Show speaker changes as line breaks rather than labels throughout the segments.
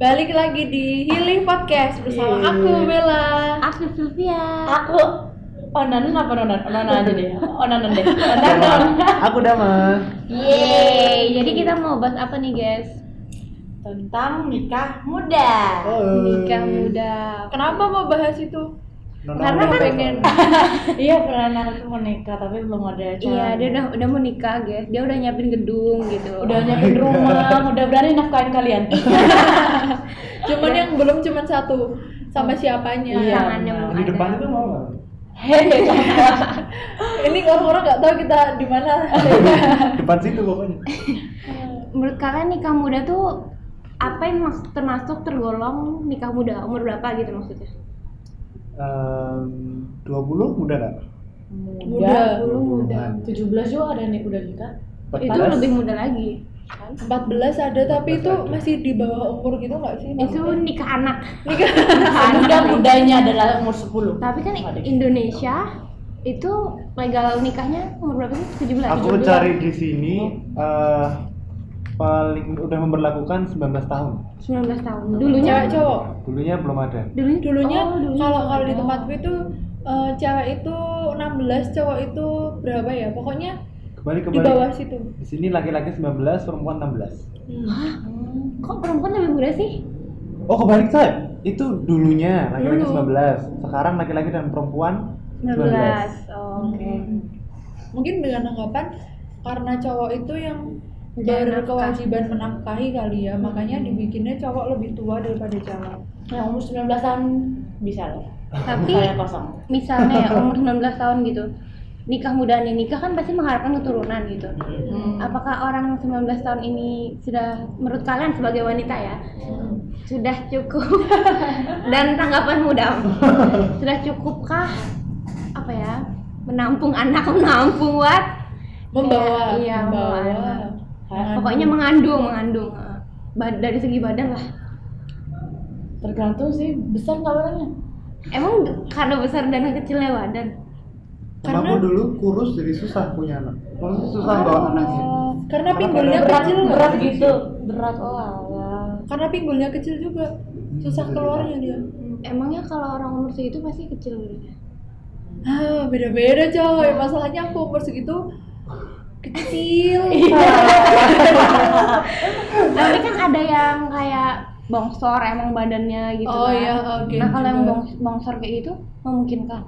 balik lagi di Healing Podcast bersama
Iya.
aku Bella.
Aku Sylvia.
aku onan apa onan onan aja deh onan deh onan
Dama. Aku Dama.
Yeay. Jadi kita mau bahas apa nih, guys?
tentang nikah muda
Oh.
Nikah muda.
Kenapa mau bahas itu?
Nona
Karena
Nona.
pengen.
iya pernah aku mau nikah tapi belum ada acara
Iya, dia udah udah mau nikah, guys. Dia udah nyiapin gedung gitu.
udah
Oh
nyiapin rumah udah berani nafkahin kalian
Cuman
Iya.
yang belum cuman satu sama siapanya.
Iya.
Tangannya belum
Di
ada.
depan itu mau nggak?
hehehe
Ini orang-orang nggak tahu kita di mana.
Depan situ pokoknya.
Menurut kalian nikah muda tuh apa yang mas- termasuk tergolong nikah muda? Umur berapa gitu maksudnya?
Dua puluh muda nggak?
muda
Dulu muda.
17 juga ada nih udah nikah
Itu
14.
lebih muda lagi.
14 ada tapi itu
14 ada.
masih di bawah umur gitu nggak sih?
Itu nikah anak.
muda mudanya adalah umur 10
Tapi kan
Adik.
gitu.
Indonesia itu legal nikahnya umur berapa sih? 17.
Aku
17.
cari di sini eh, paling udah memperlakukan 19 tahun.
19 tahun.
Dulunya
Dulunya
cewek cowok.
Dulunya belum ada.
dulunya
Dulunya
oh, dulunya.
kalau kalau di tempatku itu eh, cewek itu 16, cowok itu berapa ya? Pokoknya
Kembali
di
kembali.
bawah situ. Hmm.
Di sini laki-laki 19, perempuan 16.
kok perempuan lebih muda sih?
Oh kebalik saya. Itu dulunya laki-laki
Dulu.
19. Sekarang laki-laki dan perempuan
19.
19.
Oh,
Hmm.
Oke.
mungkin dengan anggapan karena cowok itu yang
Dia
berkewajiban menafkahi kali ya makanya dibikinnya cowok lebih tua daripada cewek
yang Hmm. Nah, umur 19 tahun bisa loh
Tapi
saya kosong
misalnya ya umur 19 tahun gitu. Nikah muda nih, nikah kan pasti mengharapkan keturunan gitu.
Hmm.
Hmm.
Apakah orang 19 tahun ini sudah menurut kalian sebagai wanita ya?
Hmm.
Sudah cukup. Dan tanggapan muda. Sudah cukupkah apa ya? Menampung anak, menampung what?
membawa
Iya,
membawa
membawa.
Kayak
Pokoknya mengandung, mengandung. Ba- Dari segi badan lah.
tergantung sih besar nggak orangnya
Emang karena besar dan kecilnya badan?
Karena-
Mamaku dulu kurus jadi susah punya anak. Maksudnya susah
Oh.
bawa anaknya.
karena
Karena
pinggulnya
berat-
kecil
berat
nggak?
gitu berat oh alah Hmm.
karena pinggulnya kecil juga susah
Bisa
Hmm.
keluarnya dia
Emangnya kalau orang umur segitu pasti kecil badannya?
ah beda beda coy masalahnya aku umur segitu kecil
Iya,
Tapi kan ada yang kayak bongsor emang badannya gitu
oh
kan.
ya oke
Nah kalau yang
juga.
bongs- bongsor kayak gitu memungkinkan.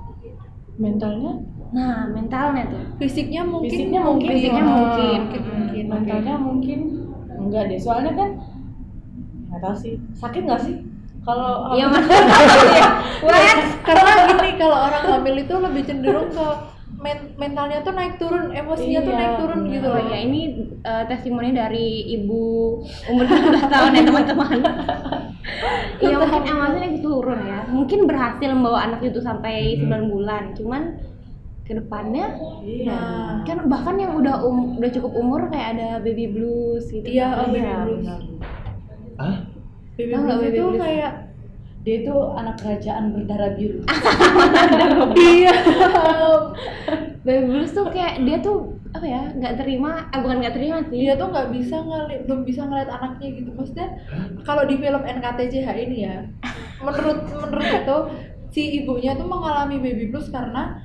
mentalnya
Nah mentalnya tuh.
fisiknya mungkin ya.
Fisiknya mungkin.
Fisiknya
Oh,
mungkin.
mungkin,
Mm-mm.
mungkin.
mentalnya mungkin enggak deh soalnya kan nggak tahu sih sakit nggak sih kalau
Iya
hamil-
mas. Iya. What?
Iya, karena gini kalau orang hamil itu lebih cenderung ke men- mentalnya tuh naik turun emosinya tuh
Iya,
naik turun gitu
Oh
loh
ya ini eh, testimoni dari ibu umur 17 tahun ya teman-teman. Iya mungkin emosinya lagi turun ya. Mungkin berhasil membawa anak itu sampai 9 bulan. Cuman kedepannya
iya
Nah,
kan bahkan yang udah um, udah cukup umur kayak ada baby blues gitu
iya oh, baby
Iya,
blues
benar.
Hah?
baby
Tahu nggak
blues
baby
Nah, itu
blues?
kayak
dia itu anak kerajaan berdarah biru
iya
baby blues tuh kayak dia tuh apa ya nggak terima ah, bukan nggak terima sih
dia
Iya.
tuh nggak bisa ngeliat belum bisa ngeliat anaknya gitu maksudnya kalau di film NKTCH ini ya menurut menurut itu si ibunya tuh mengalami baby blues karena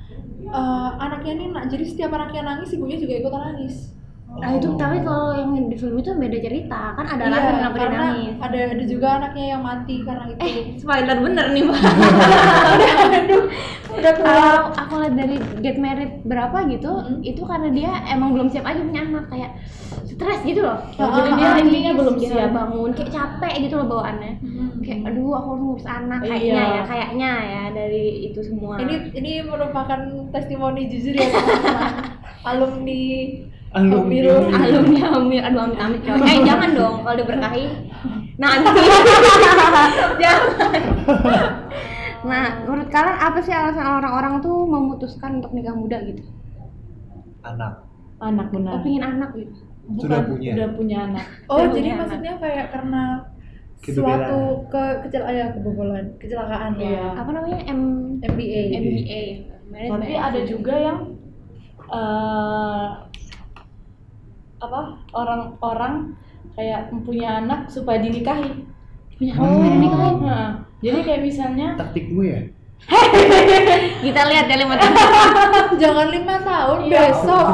eh, anaknya ini nak jadi setiap anaknya nangis ibunya juga ikutan nangis
nah itu
Oh.
tapi kalau yang di film itu beda cerita kan ada
Iya,
alasan kenapa dia
karena
nangis
ada ada juga anaknya yang mati karena itu
eh spoiler bener nih mbak
udah
kalau aku lihat dari get married berapa gitu
Hmm.
Mm.
itu karena dia emang belum siap aja punya anak kayak stres gitu loh
Oh, iya. jadi dia
nangis,
intinya belum
dia
siap.
bangun kayak capek gitu loh bawaannya
Hmm,
kayak aduh aku harus ngurus anak kayaknya
Hmm. Iya.
ya kayaknya ya dari itu semua
ini ini merupakan testimoni jujur ya teman-teman alumni
Alumni.
Pemilu.
alumni hamil aduh amit amit coy eh jangan dong kalau diberkahi nanti jangan nah menurut kalian apa sih alasan orang-orang tuh memutuskan untuk nikah muda gitu
Anak.
anak benar
oh pengen anak gitu
Bukan,
Sudah punya.
udah punya anak
oh
Alumni
jadi
anak.
maksudnya kayak karena
Kebobolan.
suatu ke kecelakaan ya, kebobolan kecelakaan
Iya.
ya
apa namanya Nah. M
MBA
MBA Married
tapi
by
ada
accident.
juga yang eh, apa orang-orang kayak punya anak supaya dinikahi
punya Oh, kamu pengen nikahin
Heeh. Jadi kayak misalnya
taktik gue Hmm. ya
kita lihat ya lima tahun
Jangan lima tahun
Iya.
besok.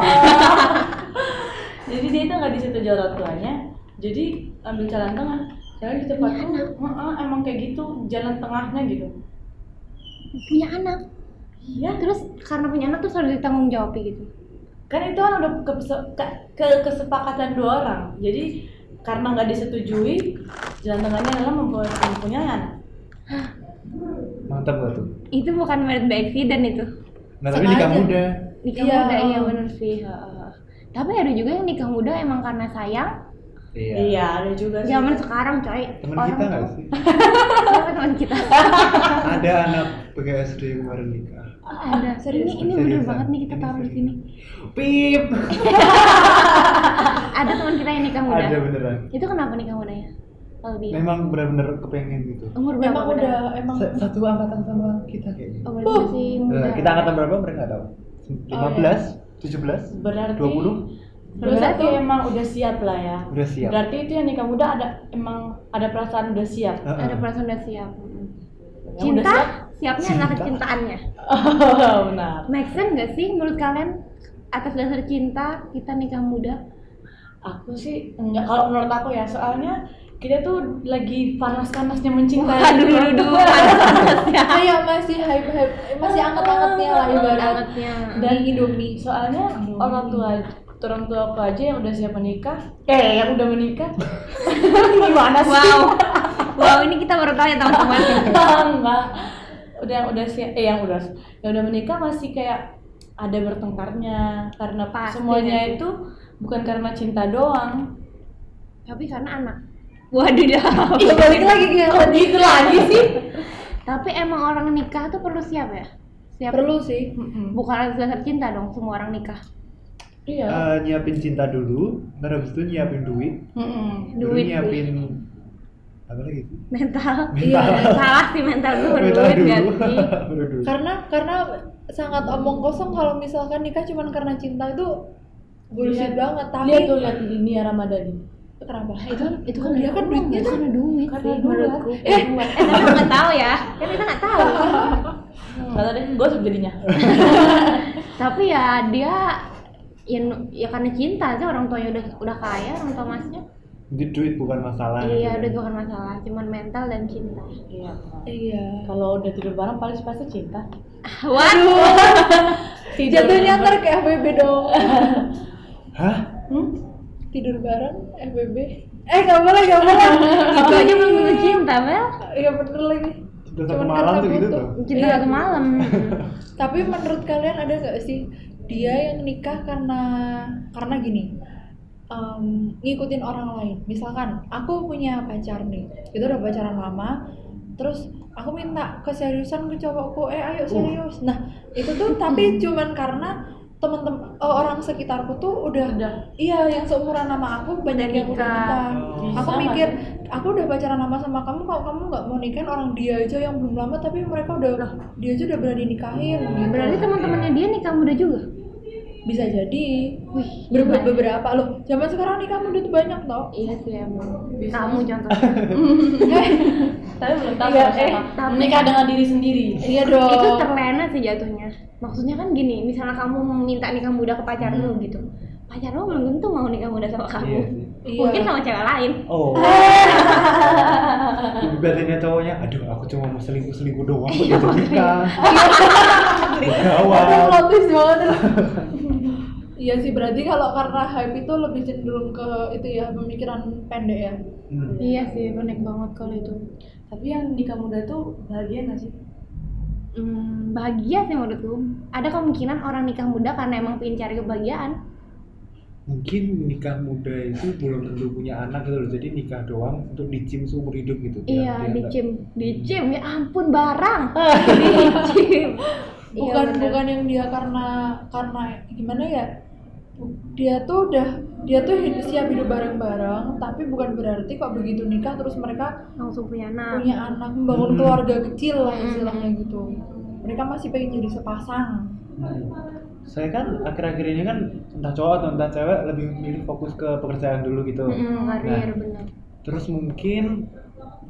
jadi dia itu nggak di situ jalan tuanya jadi ambil jalan tengah jalan di tempatku "Heeh, emang kayak gitu jalan tengahnya gitu
punya anak
iya
terus karena punya anak terus harus ditanggung jawab gitu
kan itu kan udah kepese- ke- ke- kesepakatan dua orang jadi karena nggak disetujui jalan tengahnya adalah membuat mempunyai anak
mantap gak tuh
itu bukan merit by accident itu
nah tapi
Sengaja.
nikah muda
nikah
Iya,
muda iya
oh.
bener sih heeh. tapi ada juga yang nikah muda emang karena sayang
iya,
iya ada juga sih
zaman sekarang coy
temen kita gak sih
Siapa teman kita
ada anak PGSD yang kemarin nikah
Ah, ada
Serius,
ini ini bener
seriusan.
banget nih kita
Ini
taruh di
serius.
sini
pip
ada teman kita yang nikah muda
ada beneran
itu kenapa nikah mudanya kalau dia
memang benar-benar kepengen gitu
umur berapa
emang udah emang
Sa- satu angkatan sama kita kayaknya
umur masih muda
Eh, kita angkatan berapa mereka nggak tahu iya. 15 17
berarti
20
berarti
Berarti-
emang udah siap lah ya
udah siap
berarti itu yang nikah muda ada emang ada perasaan udah siap
Heeh.
ada perasaan udah siap Mm-mm.
Yang udah
cinta
siap.
siapnya
Cinta.
adalah kecintaannya
Oh, benar.
make sense nggak sih menurut kalian atas dasar cinta kita nikah muda
Aku sih enggak kalau menurut aku ya, soalnya kita tuh lagi panas-panasnya mencintai.
aduh
gitu.
dulu dulu panasnya
kayak ya, masih hype hype masih anget-angetnya lah ibarat
angetnya
dan Indomie.
Soalnya orang tua orang tua aku aja yang udah siap menikah, eh yang udah menikah. Gimana sih?
wow wow ini kita baru tahu ya teman-teman
enggak. Udah yang udah siap eh yang udah yang udah menikah masih kayak ada bertengkarnya karena
Pasti
semuanya
nanti.
itu bukan karena cinta doang.
tapi karena anak waduh dah
Ih, balik lagi ke yang
Kok
Nah,
tadi.
gitu lagi sih?
tapi emang orang nikah tuh perlu siap ya siap
Perlu sih.
bukan atas dasar cinta dong semua orang nikah
Iya.
Eh, nyiapin cinta dulu ntar habis itu nyiapin duit
Mm-mm.
baru
Duit,
nyiapin apa lagi itu?
mental
Mental.
salah sih mental dulu
Mental
duit
dulu.
nggak sih
Baru duit.
Karena karena sangat omong kosong kalau misalkan nikah cuman karena cinta itu bullshit
Iya.
banget tapi
Lihat tuh lihat di Nia Ramadhani.
kenapa
itu kan itu kan
dia kan duitnya Iya. tuh
karena duit
Karena
sih
duit.
menurutku eh tapi kita nggak tahu ya kan kita nggak tahu
Enggak tahu deh, gue jadinya.
tapi ya dia ya, ya karena cinta aja orang tuanya udah udah kaya orang tua masnya
Jadi duit bukan masalah
iya
gitu.
udah bukan masalah cuman mental dan cinta
Iya.
iya
Kalau udah tidur bareng paling pasti cinta.
waduh
Tidur
jatuhnya ntar ke FBB dong
Hah?
tidur bareng FBB eh nggak boleh nggak boleh
itu gitu aja belum tentu cinta Mel
iya bener lagi
Cinta satu
Cuman
malam
karena
tuh gitu
butuh.
tuh
cinta
Iya.
satu malam Gitu.
tapi menurut kalian ada nggak sih dia yang nikah karena karena gini em, ngikutin orang lain misalkan aku punya pacar nih itu udah pacaran lama terus aku minta keseriusan ke cowokku eh
Uh.
ayo serius nah itu tuh tapi cuman karena teman-teman eh, orang sekitarku tuh udah
Udah.
iya yang seumuran sama aku banyak
Udah
yang udah
nikah.
nikah
Oh. Bisa
aku
nggak
mikir aku udah pacaran lama sama kamu kok kamu nggak mau nikahin orang dia aja yang belum lama tapi mereka udah dia aja udah berani nikahin gitu.
berarti teman-temannya dia nikah muda juga
bisa jadi
wih
Ber- ber-
gila.
beberapa loh zaman sekarang nikah muda tuh banyak tau
iya sih emang
Bisa.
kamu contohnya
Eh,
Tapi belum tahu
Iya,
sama siapa.
eh, tapi-
Menikah dengan diri sendiri.
iya dong
itu terlena sih jatuhnya maksudnya kan gini misalnya kamu minta nikah muda ke pacar lu gitu pacar lu belum tentu mau nikah muda sama
Iya
kamu
sih
Iya.
mungkin sama cewek lain
Oh Di batinnya cowoknya, aduh aku cuma mau selingkuh-selingkuh doang kok jadi nikah
Aduh,
Gawat
plot twist banget Iya sih, berarti kalau karena hype itu lebih cenderung ke itu ya pemikiran pendek ya.
Hmm.
iya sih benek banget kalau itu
Tapi yang nikah muda tuh bahagia gak sih?
hmm, bahagia sih menurutku ada kemungkinan orang nikah muda karena emang pengen cari kebahagiaan
Mungkin nikah muda itu belum tentu punya anak gitu loh Jadi nikah doang untuk dicim seumur hidup gitu biar
iya
dia nggak-
dicim dicim ya ampun barang dicim Iya,
Bukan
bener.
bukan yang dia karena karena gimana ya? Dia tuh udah dia tuh hidup, siap hidup bareng-bareng, tapi bukan berarti kok begitu nikah terus mereka
langsung punya anak
punya anak membangun
Hmm.
keluarga kecil lah istilahnya gitu. Mereka masih pengen jadi sepasang.
Hmm. Saya kan akhir-akhir ini kan entah cowok atau entah cewek lebih milih fokus ke pekerjaan dulu gitu
Mm-mm, karir
Nah.
bener
Terus mungkin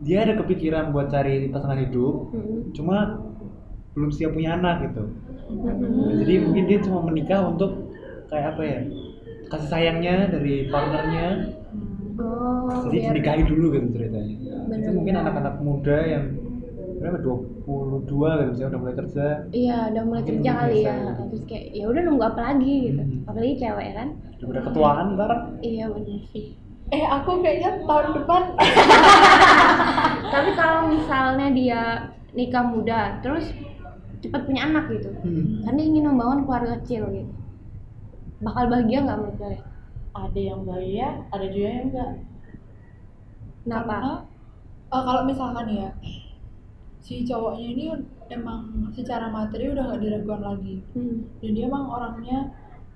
dia ada kepikiran buat cari pasangan hidup cuma belum siap punya anak gitu jadi mungkin dia cuma menikah untuk kayak apa ya kasih sayangnya dari partnernya
Oh,
jadi
biar-
dinikahi dulu gitu ceritanya itu
Bener.
mungkin anak-anak muda yang berapa 22 gitu misalnya udah mulai kerja
Iya, udah mulai
Mungkin
kerja
belum
kali
bisa
ya.
gitu.
Terus kayak ya udah nunggu apa lagi gitu.
Hmm.
Apalagi cewek kan.
udah pada ketuaan ntar
Iya benar sih.
eh aku kayaknya tahun depan eh,
Tapi kalau misalnya dia nikah muda, terus cepet punya anak gitu. Kan dia ingin membangun keluarga kecil gitu. Bakal bahagia nggak menurut kalian?
ada yang bahagia ada juga yang enggak
Kenapa?
karena eh, kalau misalkan ya si cowoknya ini emang secara materi udah nggak diragukan lagi
Hmm.
dan dia emang orangnya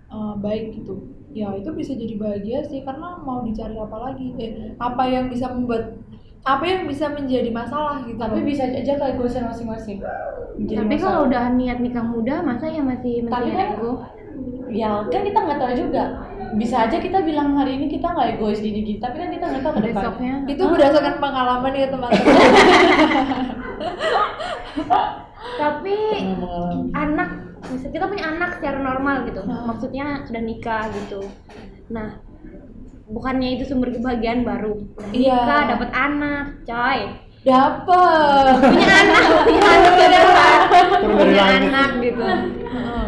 eh, baik gitu ya itu bisa jadi bahagia sih karena mau dicari apa lagi eh apa yang bisa membuat apa yang bisa menjadi masalah gitu
tapi bisa aja keegoisan masing-masing Jadi
Tapi
masalah.
kalau udah niat nikah muda, masa ya masih
Tapi
masih
kan-
ego?
ya kan kita nggak tahu juga bisa aja kita bilang hari ini kita nggak egois gini gini tapi kan kita nggak tahu ke depannya
Besoknya.
itu berdasarkan pengalaman ya teman-teman
Tapi anak, misal kita punya anak secara normal gitu. Maksudnya sudah nikah gitu. Nah, bukannya itu sumber kebahagiaan baru. Nah,
Iya.
Nikah, dapat anak, coy.
dapet
Punya anak, punya anak gitu kan.
Turun dari
Punya
langit.
anak gitu.
Heeh.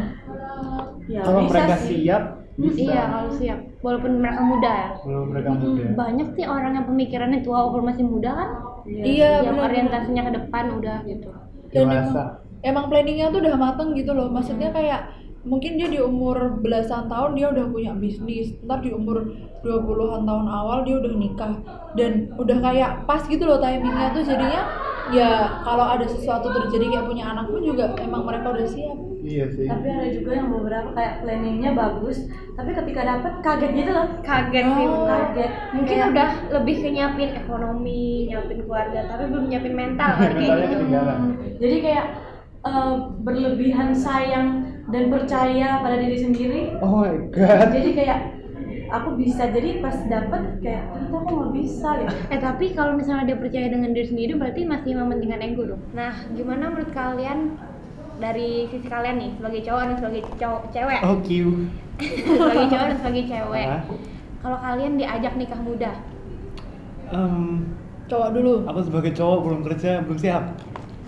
ya,
kalau
bisa
mereka
sih.
siap bisa
Iya, kalau siap. Walaupun mereka muda ya.
belum mereka
Mm-mm,
muda
Banyak sih orang yang pemikirannya tua walaupun masih muda kan.
Iya.
ya,
yang
benar-benar.
orientasinya ke depan udah gitu.
dan
Dewasa.
emang, emang planningnya tuh udah mateng gitu loh
Hmm.
maksudnya kayak mungkin dia di umur belasan tahun dia udah punya bisnis ntar di umur 20-an tahun awal dia udah nikah dan udah kayak pas gitu loh timingnya tuh jadinya ya kalau ada sesuatu terjadi kayak punya anak pun juga emang mereka udah siap
iya sih
tapi ada juga yang beberapa kayak planningnya bagus tapi ketika dapat kaget gitu loh
kaget sih
Oh.
kaget mungkin
Kayak-
udah lebih ke nyiapin ekonomi nyiapin keluarga tapi belum nyiapin mental kan kayak
Mentalnya
gitu
ketinggalan.
jadi kayak eh, berlebihan sayang dan percaya pada diri sendiri
oh my
Kan?
god
jadi kayak aku bisa jadi pas dapet kayak ternyata aku nggak bisa gitu
eh tapi kalau misalnya dia percaya dengan diri sendiri berarti masih mementingkan ego dong nah gimana menurut kalian dari sisi kalian nih sebagai cowok dan sebagai cowok cewek
oh kiu
sebagai cowok dan sebagai cewek
Ah.
kalau kalian diajak nikah muda
Em,
cowok dulu
aku sebagai cowok belum kerja belum siap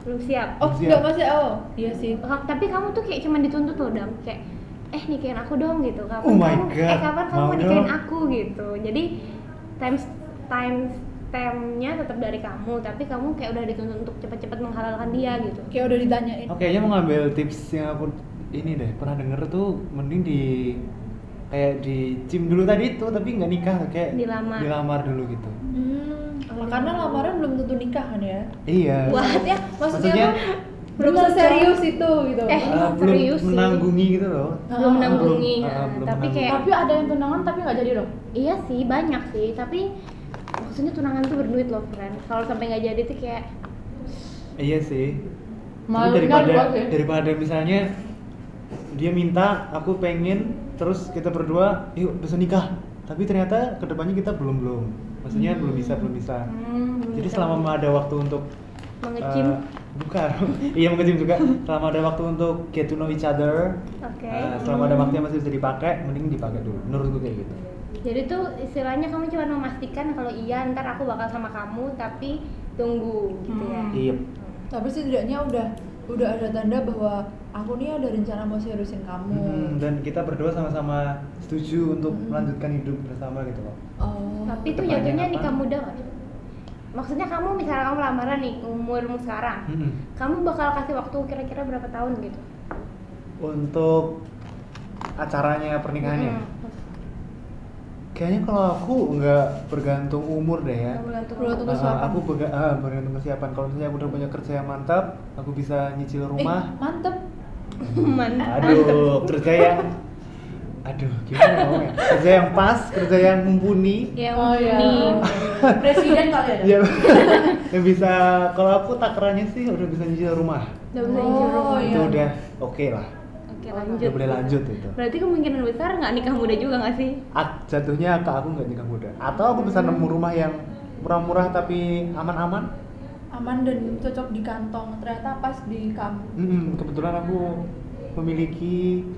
belum siap
oh
Siap.
enggak masih oh iya sih
Ka- tapi kamu tuh kayak cuman dituntut loh dam kayak eh nikahin aku dong gitu kapan
Oh my
kamu
God.
eh kapan kamu
Mau
mau nikahin
dong.
aku gitu jadi times times nya tetap dari kamu tapi kamu kayak udah dituntut untuk cepet-cepet menghalalkan dia gitu
kayak udah ditanyain
Oke, Oh, kayaknya mau ngambil tips yang aku ini deh pernah denger tuh mending di kayak di gym dulu tadi itu tapi nggak nikah kayak
Dilamar.
dilamar dulu gitu.
hmm, karena lamaran belum tentu nikah kan ya
Iya.
Wah.
maksudnya maksudnya,
Maksudnya-
tuh belum seserius itu gitu
Eh,
Eh, belum
serius sih.
menanggungi gitu loh.
belum menanggungi
belum, ah,
nah,
belum
tapi
menanggungi.
kayak
tapi ada yang tunangan tapi nggak jadi loh
iya sih banyak sih tapi maksudnya tunangan tuh berduit loh friend kalau sampai nggak jadi tuh kayak
Iya sih. Tapi
Malu
daripada
kan gua
ya?
sih.
daripada misalnya dia minta aku pengen terus kita berdua yuk besok nikah tapi ternyata kedepannya kita belum belum
Hmm.
maksudnya belum bisa belum bisa jadi selama ada waktu untuk
gitu. mengecim
Eh, bukan. iya mengecim juga. Selama ada waktu untuk get to know each other,
oke
eh, selama ada waktu yang masih bisa dipakai, mending dipakai dulu. Menurut gue kayak gitu.
Hmm.
Jadi tuh istilahnya kamu cuma memastikan kalau iya ntar aku bakal sama kamu tapi tunggu gitu ya.
Hmm.
Iya.
tapi setidaknya udah udah ada tanda bahwa aku nih ada rencana mau seriusin kamu
Hmm, dan kita berdua sama-sama setuju untuk
Hmm.
melanjutkan hidup bersama gitu loh.
oh
Tapi tuh
Kedepannya
jatuhnya
apa?
nikah muda nggak sih? Maksudnya kamu misalnya kamu lamaran nih umurmu sekarang,
Hmm.
kamu bakal kasih waktu kira-kira berapa tahun gitu?
Untuk acaranya pernikahannya,
Hmm.
Mm-mm.
kayaknya kalau aku nggak bergantung umur deh ya.
Kamu gantung.
Bergantung
Eh,
kesiapan.
aku berga- eh, bergantung kesiapan. Kalau misalnya aku udah punya kerja yang mantap, aku bisa nyicil rumah.
eh, mantep
Mantap.
Aduh, kerja yang Aduh, gimana ngomongnya? Kerja yang pas, kerja yang mumpuni
Ya,
Oh, iya.
nih.
presiden kali ya
Iya.
Ya, yang bisa, kalau aku takarannya sih udah bisa nyicil rumah
Udah bisa izin
Oh,
rumah.
Itu
iya.
udah oke lah,
Oke,
Oh,
lanjut.
udah boleh lanjut itu
Berarti kemungkinan besar nggak nikah muda juga nggak sih?
Ak- Jatuhnya ke aku nggak nikah muda Atau aku bisa nemu rumah yang
murah-murah tapi aman-aman
aman dan cocok di kantong ternyata pas di kamu
Mm-mm, kebetulan aku memiliki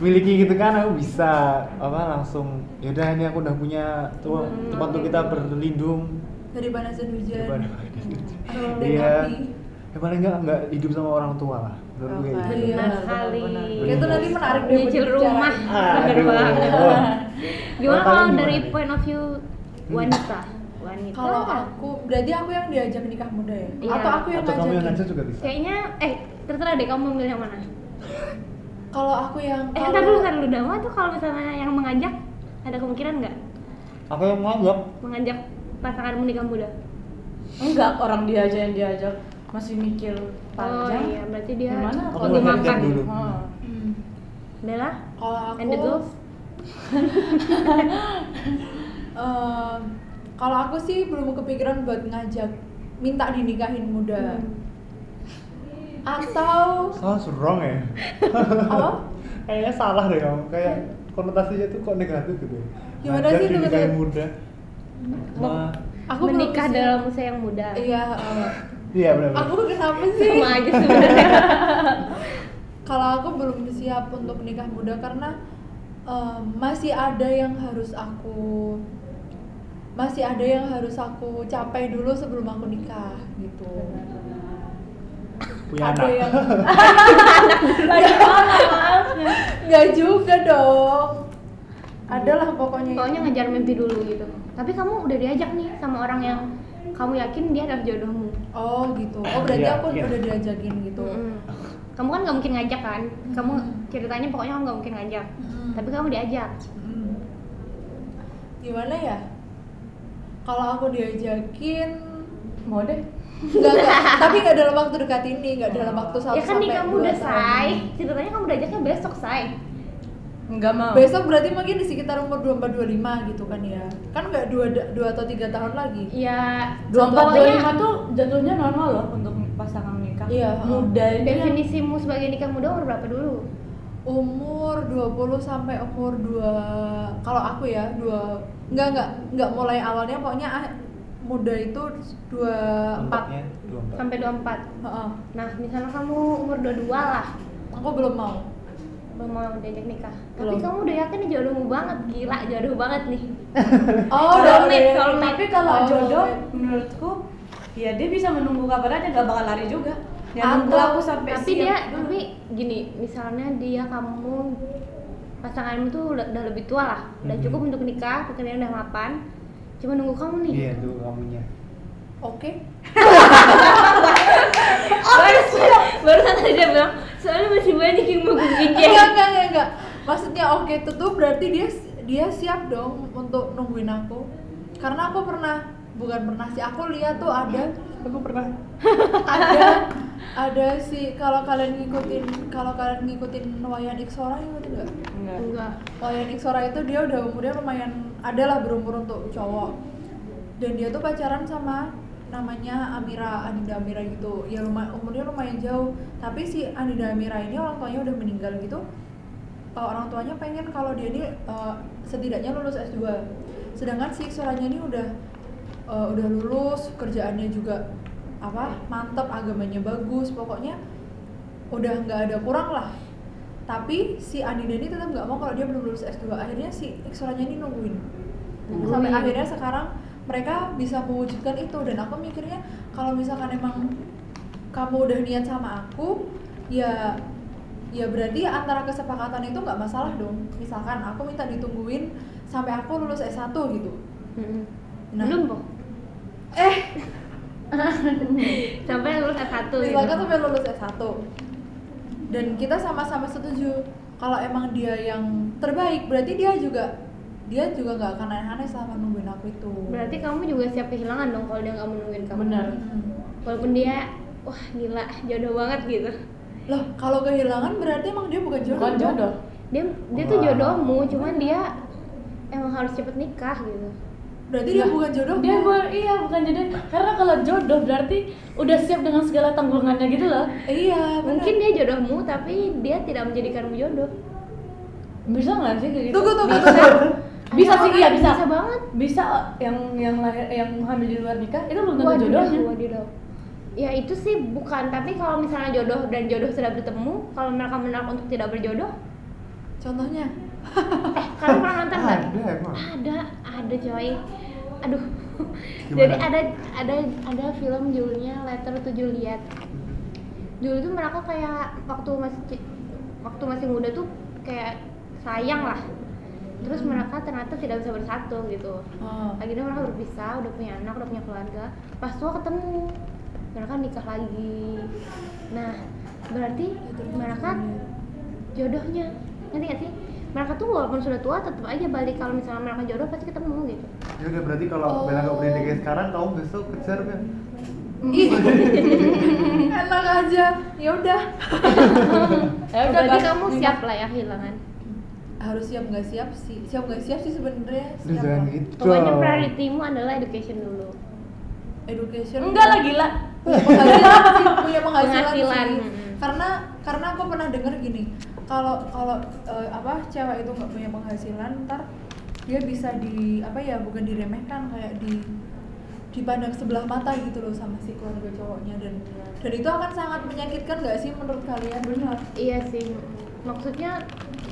memiliki gitu kan aku bisa apa langsung yaudah ini aku udah punya tuh
Hmm,
tempat untuk
oke.
kita berlindung
dari panasan hujan
daripada
Aduh,
Iya.
melengkapi.
ya paling nggak nggak hidup sama orang tua lah menurut gue gitu.
Oke.
itu.
Iya,
Benar
benar,
sekali.
Ya, itu nanti menarik deh buat
Nyicil
dibicarain.
rumah.
iya.
Bener
Aduh.
banget.
Oh. Kalau
Gimana kalau
kalian
dari
gimana? Hmm.
point of view wanita? Wanita.
kalau aku berarti aku yang diajak nikah muda ya
Iya.
atau aku yang
atau kamu yang
ngajakin
ngajak juga bisa
Kayaknya eh terserah deh kamu memilih yang mana.
kalau aku yang
Eh
kalau-
entar dulu, entar dulu Dama tuh kalau misalnya yang mengajak ada kemungkinan nggak
aku yang ngajak
mengajak pasangan menikah muda?
Enggak, orang dia aja yang diajak masih mikir panjang.
Oh iya, berarti dia
Gimana?
Aku
kalau
ngajak
makan.
dulu.
Ah.
Hmm.
Bella,
kalau
and the
aku
girls.
eh, kalau aku sih belum kepikiran buat ngajak minta dinikahin muda
Hmm.
atau
salah serong ya
apa
kayaknya salah deh kamu kayak konotasinya tuh kok negatif gitu ya
Gimana
Ngajak
sih
di
lu
nikah yang
kata-
muda Wah,
aku belum
menikah
sih.
dalam usia yang muda.
iya eh,
iya benar benar
aku kenapa sih
Sama aja sebenarnya.
kalau aku belum siap untuk nikah muda karena em, masih ada yang harus aku masih ada yang harus aku capai dulu sebelum aku nikah gitu
punya
ada
anak
yang nggak juga dong adalah pokoknya ya.
Pokoknya ngejar mimpi dulu gitu. Tapi kamu udah diajak nih sama orang yang kamu yakin dia adalah jodohmu.
oh gitu oh berarti
Iya,
aku
iya.
udah diajakin gitu
Mm-mm. Kamu kan nggak mungkin ngajak kan? Kamu ceritanya pokoknya kamu nggak mungkin ngajak.
Mm.
Tapi kamu diajak.
Hmm. gimana ya kalau aku diajakin
Mau deh.
Enggak, enggak. Tapi enggak dalam waktu dekat ini, enggak dalam waktu satu
ya kan
sampai
nikah
dua
muda
tahun.
say. Ceritanya kamu diajaknya besok say.
Enggak mau.
Besok berarti mungkin di sekitar umur 24 25 gitu kan ya. Kan enggak 2 2 atau 3 tahun lagi.
Ya
24 25 tuh jatuhnya normal loh untuk
ya?
pasangan menikah.
Iya.
Muda itu yang
Definisimu sebagai nikah muda umur berapa dulu?
Umur 20 sampai umur 2 kalau aku ya 2 enggak enggak enggak mulai awalnya pokoknya ah, muda itu 24.
Tempatnya dua empat.
Sampai 24.
Heeh.
Nah, misalnya kamu umur 22 lah,
Aku belum mau.
belum mau diajak nikah. Tapi
Belum.
kamu udah yakin nih jodohmu banget, gila jodoh banget nih.
Oh,
Kalau
Soulmate,
dia-
soulmate.
tapi kalau
Oh,
jodoh
soulmate.
menurutku ya dia bisa menunggu kabar aja nggak bakal lari juga ya nunggu
Atau-
aku sampai
tapi
siap
dia
dulu.
tapi gini misalnya dia kamu pasanganmu tuh udah, udah lebih tua lah udah
Mhm.
cukup untuk nikah pekerjaan udah mapan cuma nunggu kamu nih
iya tuh kamunya
Oke.
barusan tadi dia bilang soalnya masih banyak yang mau gue
Enggak,
kejar
enggak, enggak, enggak. Maksudnya oke itu tuh berarti dia dia siap dong untuk nungguin aku. Karena aku pernah bukan pernah sih aku lihat tuh ada
aku pernah
ada ada si kalau kalian ngikutin kalau kalian ngikutin Wayan Iksora ngikutin enggak?
Enggak.
enggak
Wayan Iksora itu dia udah umurnya lumayan adalah berumur untuk cowok. Dan dia tuh pacaran sama namanya Amira, Anida Amira gitu. Ya lumayan umurnya lumayan jauh. Tapi si Anida Amira ini orang tuanya udah meninggal gitu. Eh, orang tuanya pengen kalau dia ini eh, setidaknya lulus S2. Sedangkan si Iksoranya ini udah eh, udah lulus, kerjaannya juga apa? Mantep, agamanya bagus, pokoknya udah nggak ada kurang lah tapi si Andina ini tetap nggak mau kalau dia belum lulus S2 akhirnya si Iksoranya ini nungguin
Nungguin.
sampai akhirnya sekarang mereka bisa mewujudkan itu dan aku mikirnya kalau misalkan emang kamu udah niat sama aku ya ya berarti antara kesepakatan itu nggak masalah dong misalkan aku minta ditungguin sampai aku lulus S1 gitu
Mm-mm.
Nah.
belum kok
eh
sampai lulus S1
ya.
gitu.
misalkan sampai lulus S1 dan kita sama-sama setuju kalau emang dia yang terbaik berarti dia juga dia juga nggak akan aneh-aneh selama nungguin aku itu
berarti kamu juga siap kehilangan dong kalau dia nggak menungguin kamu
Benar.
Hmm.
walaupun dia wah gila jodoh banget gitu
loh kalau kehilangan berarti emang dia bukan jodoh
bukan
dong?
jodoh
dia dia tuh
Wah.
jodohmu cuman dia emang harus cepet nikah gitu
berarti dia
Lah,
bukan jodoh
dia gue iya bukan jodoh karena kalau jodoh berarti udah siap dengan segala tanggungannya gitu loh
iya bener.
mungkin dia jodohmu tapi dia tidak menjadikanmu jodoh
bisa nggak sih kayak gitu
tunggu tunggu
Bisa.
tunggu
Ada
Bisa sih,
orang
iya,
yang
bisa.
Bisa banget.
bisa eh, yang yang lahir yang hamil di luar nikah itu belum tentu
Waduh,
jodohnya
waduh. Ya itu sih bukan, tapi kalau misalnya jodoh dan jodoh sudah bertemu, kalau mereka menolak untuk tidak berjodoh,
Contohnya,
eh kalian pernah nonton nggak?
Ada Ah, emang.
Ada, ada coy. Aduh.
Gimana?
Jadi ada ada ada film judulnya Letter to Juliet. Dulu tuh mereka kayak waktu masih ci- waktu masih muda tuh kayak sayang lah. Terus mereka ternyata tidak bisa bersatu gitu.
oh,
Akhirnya mereka berpisah, udah punya anak, udah punya keluarga. Pas tua ketemu, mereka nikah lagi. Nah, berarti mereka jodohnya nanti nggak sih? Mereka tuh walaupun sudah tua tetap aja balik kalau misalnya mereka jodoh pasti ketemu gitu.
Ya udah berarti kalau
Oh.
Bella nggak boleh kayak sekarang, kamu besok kejar Bel.
ih, Iya. enak aja. Ya udah,
ya udah
Berarti
Kak.
kamu
Nikah.
siap lah ya kehilangan.
harus siap nggak siap sih, siap nggak siap sih sebenarnya.
Udah
Siap
jangan
lah.
gitu.
Pokoknya prioritimu adalah education dulu.
Education.
enggak lah gila
punya penghasilan sih, punya penghasilan,
Penghasilan,
sih.
mm.
karena karena aku pernah denger gini kalau kalau eh, apa cewek itu nggak punya penghasilan ntar dia bisa di apa ya bukan diremehkan kayak di dipandang sebelah mata gitu loh sama si keluarga cowoknya dan dan itu akan sangat menyakitkan nggak sih menurut kalian benar
Iya sih. Maksudnya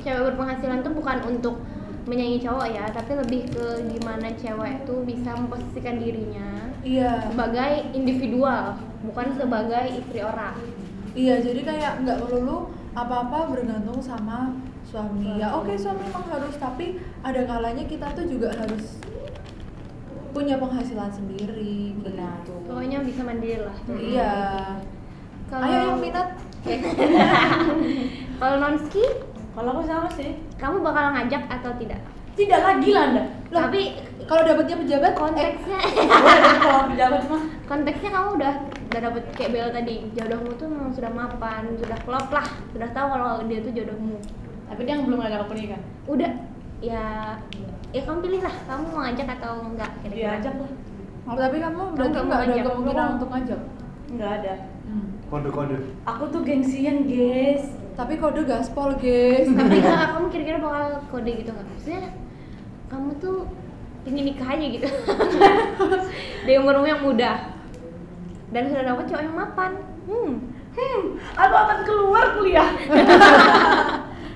cewek berpenghasilan tuh bukan untuk menyaingi cowok ya, tapi lebih ke gimana cewek tuh bisa memposisikan dirinya
iya
sebagai individual, bukan sebagai istri orang.
Iya, jadi kayak nggak melulu apa-apa bergantung sama suami. Ya oke suami memang harus, tapi ada kalanya kita tuh juga harus punya penghasilan sendiri. Benar.
Pokoknya bisa mandiri lah.
Iya. Ayo yang minat.
Kalau Nonski,
kalau aku sama sih
kamu bakal ngajak atau tidak?
tidak lagi lah anda
Loh,
Tapi
kalau dapatnya pejabat eh,
konteksnya
kalau pejabat mah
konteksnya kamu udah udah dapet kayak Bel tadi jodohmu tuh memang sudah mapan sudah klop lah sudah tahu kalau dia tuh jodohmu
tapi dia belum ngajak aku nikah
udah ya ya kamu pilih lah kamu mau ngajak atau enggak
dia
kira-kira
Iya, ajak lah
tapi kamu berarti
nggak
nggak ada
ngajak.
kemungkinan
Nggak.
untuk ngajak.
nggak ada
Hmm.
Kode-kode.
aku tuh gengsian guys
Tapi kode gaspol, guys.
tapi enggak, kamu kira-kira bakal kode gitu nggak maksudnya kamu tuh ingin nikah aja gitu di umurmu yang muda dan sudah dapet cowok yang mapan hmm
aku akan keluar kuliah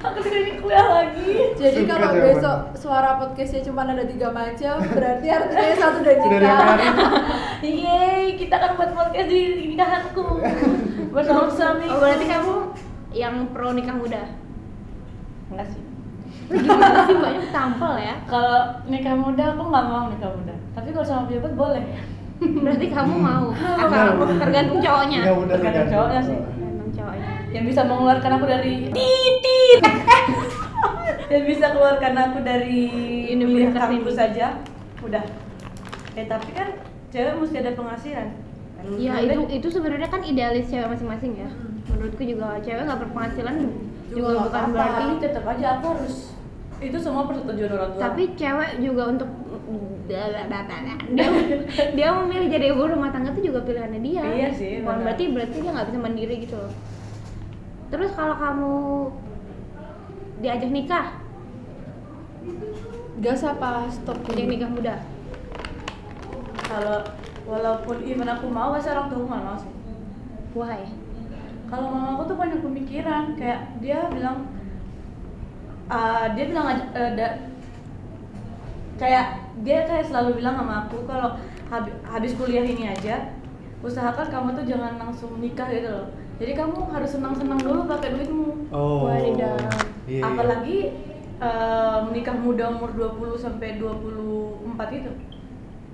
aku tidak ingin kuliah lagi
Jadi
Suka
kalau
jawaban.
besok suara podcastnya cuma ada tiga macam, berarti artinya satu dan
Sudah
tiga.
dikarin.
yeay kita akan buat podcast di nikahanku bersama suami
oh berarti kamu yang pro nikah muda
enggak sih
gimana sih banyak tampil ya
kalau nikah muda aku nggak mau nikah muda tapi kalau sama pejabat boleh
Berarti kamu mau asal tergantung cowoknya.
Nggak udah
Tergantung
nggak.
cowoknya sih.
Tergantung cowoknya.
yang bisa mengeluarkan aku dari titit yang bisa keluarkan aku dari kuliah
Universitas
kampus
ini.
saja udah ya tapi kan cewek mesti ada penghasilan Kan
Ya
ada-
itu itu sebenarnya kan idealis cewek masing-masing ya. Menurutku juga cewek nggak berpenghasilan
Juga
juga
nggak
bukan
apa-apa.
berarti.
tapi tetap aja aku harus itu semua persetujuan orang tua
Tapi cewek juga untuk dia dia memilih jadi ibu rumah tangga itu juga pilihannya dia.
Iya sih,
Bukan
benar.
berarti berarti dia nggak bisa mandiri gitu loh. Terus kalau kamu diajak nikah,
Gas apa stop
ajak
dulu?
nikah muda.
kalau walaupun even aku mau pasti orang tua aku nggak mau sih
Why?
kalau mama aku tuh banyak pemikiran kayak dia bilang ah, dia bilang aja eh, da- kayak dia kayak selalu bilang sama aku kalau habi- habis kuliah ini aja usahakan kamu tuh jangan langsung nikah gitu loh jadi kamu harus senang-senang dulu pakai duitmu
Oh.
Wadidaw.
Iya, iya.
apalagi eh, menikah muda umur 20 sampai 24 itu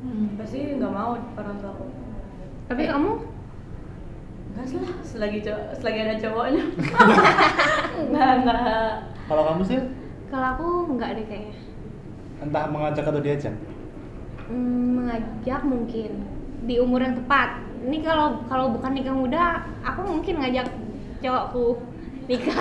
Hmm.
pasti nggak mau orang tua aku
Tapi
Eh.
kamu
Enggak sih lah, selagi cowok, selagi ada cowoknya. Enggak, enggak.
Kalau kamu sih
kalau aku nggak deh kayaknya.
entah mengajak atau diajak.
Hmm, mengajak mungkin di umur yang tepat. Ini kalau kalau bukan nikah muda, aku mungkin ngajak cowokku nikah.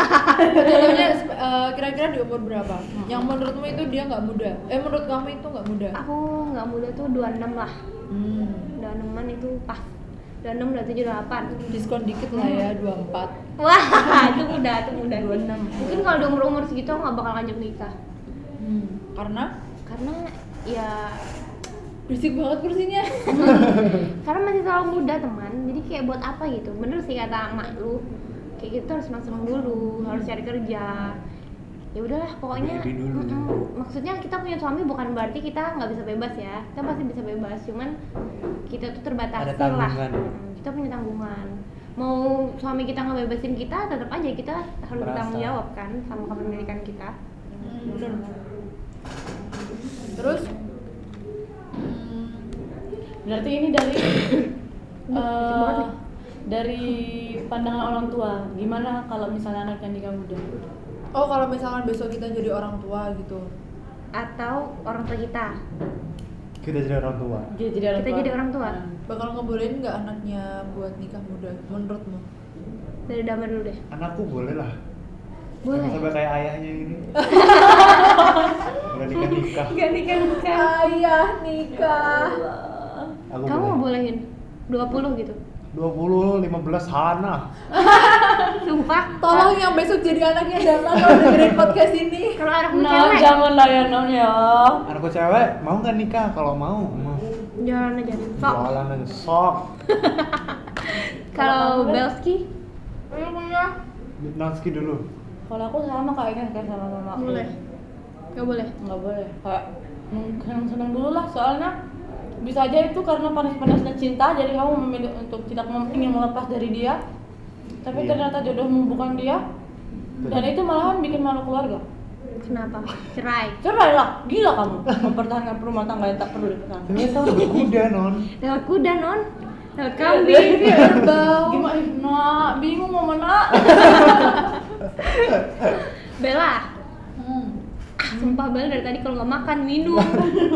Contohnya eh, kira-kira di umur berapa? Yang menurutmu itu dia nggak muda? Eh menurut kamu itu nggak muda?
aku nggak muda tuh 26 lah.
Hmm.
26an itu pas. 26 27 28.
Diskon dikit lah ya 24
Wah, Ah, itu muda, itu muda. 26. Mungkin kalau di umur-umur segitu aku nggak bakal ngajak nikah.
hmm. Karena
karena ya
Berisik banget kursinya.
karena masih terlalu muda teman jadi kayak buat apa gitu bener sih kata mak lu kayak gitu harus masang dulu harus cari kerja ya udahlah pokoknya
Baby dulu.
Mm-mm. maksudnya kita punya suami bukan berarti kita nggak bisa bebas ya kita pasti bisa bebas cuman kita tuh terbatas
Ada tanggungan.
lah Mm, kita punya tanggungan mau suami kita ngebebasin kita tetap aja kita harus
Merasa.
bertanggung jawab kan sama kepemilikan kita
Hmm, Bener. Terus hmm,
Berarti ini dari
banget
eh, dari pandangan orang tua. Gimana kalau misalnya anaknya nikah muda?
oh kalau misalkan besok kita jadi orang tua gitu.
atau orang tua kita
Kita jadi orang tua.
Dia jadi orang
kita
tua. Nah.
jadi orang tua
Bakal ngebolehin nggak anaknya buat nikah muda menurutmu?
dari damar dulu deh
Anakku boleh lah.
boleh
Sampai kayak ayahnya ini. Udah nikah nikah.
gantikan nikah
Ayah nikah.
Aku
Kamu
boleh.
ngebolehin 20 gitu.
20, 15 hana.
Sumpah.
Tolong yang besok jadi anaknya Dharma kalau dengerin podcast ini.
Kalau anak
No,
cewek,
Nah, jangan lah ya, no ya.
Anakku cewek mau nggak nikah? Kalau mau, mau.
jalan aja. Sok.
Jualan aja sok.
Kalau Belski ya.
Bitnatski dulu.
Kalau aku sama kayaknya kayak sama mama. aku.
boleh. Gak boleh.
Nggak boleh. Kayak senang senang dulu lah, soalnya bisa aja itu karena panas-panasnya cinta jadi kamu memilih untuk tidak mem- ingin melepas dari dia tapi
Iya.
ternyata jodohmu bukan dia dan itu malahan bikin malu keluarga
Kenapa? Cerai.
cerai lah gila kamu mempertahankan rumah tangga yang tak perlu dipertahankan
Ternyata udah berkuda non.
Lewat kuda non. Lewat kambing.
Kerbau.
gimana nak bingung mau mana
Bella.
Hmm.
Ah, sumpah Bella dari tadi kalau nggak makan minum.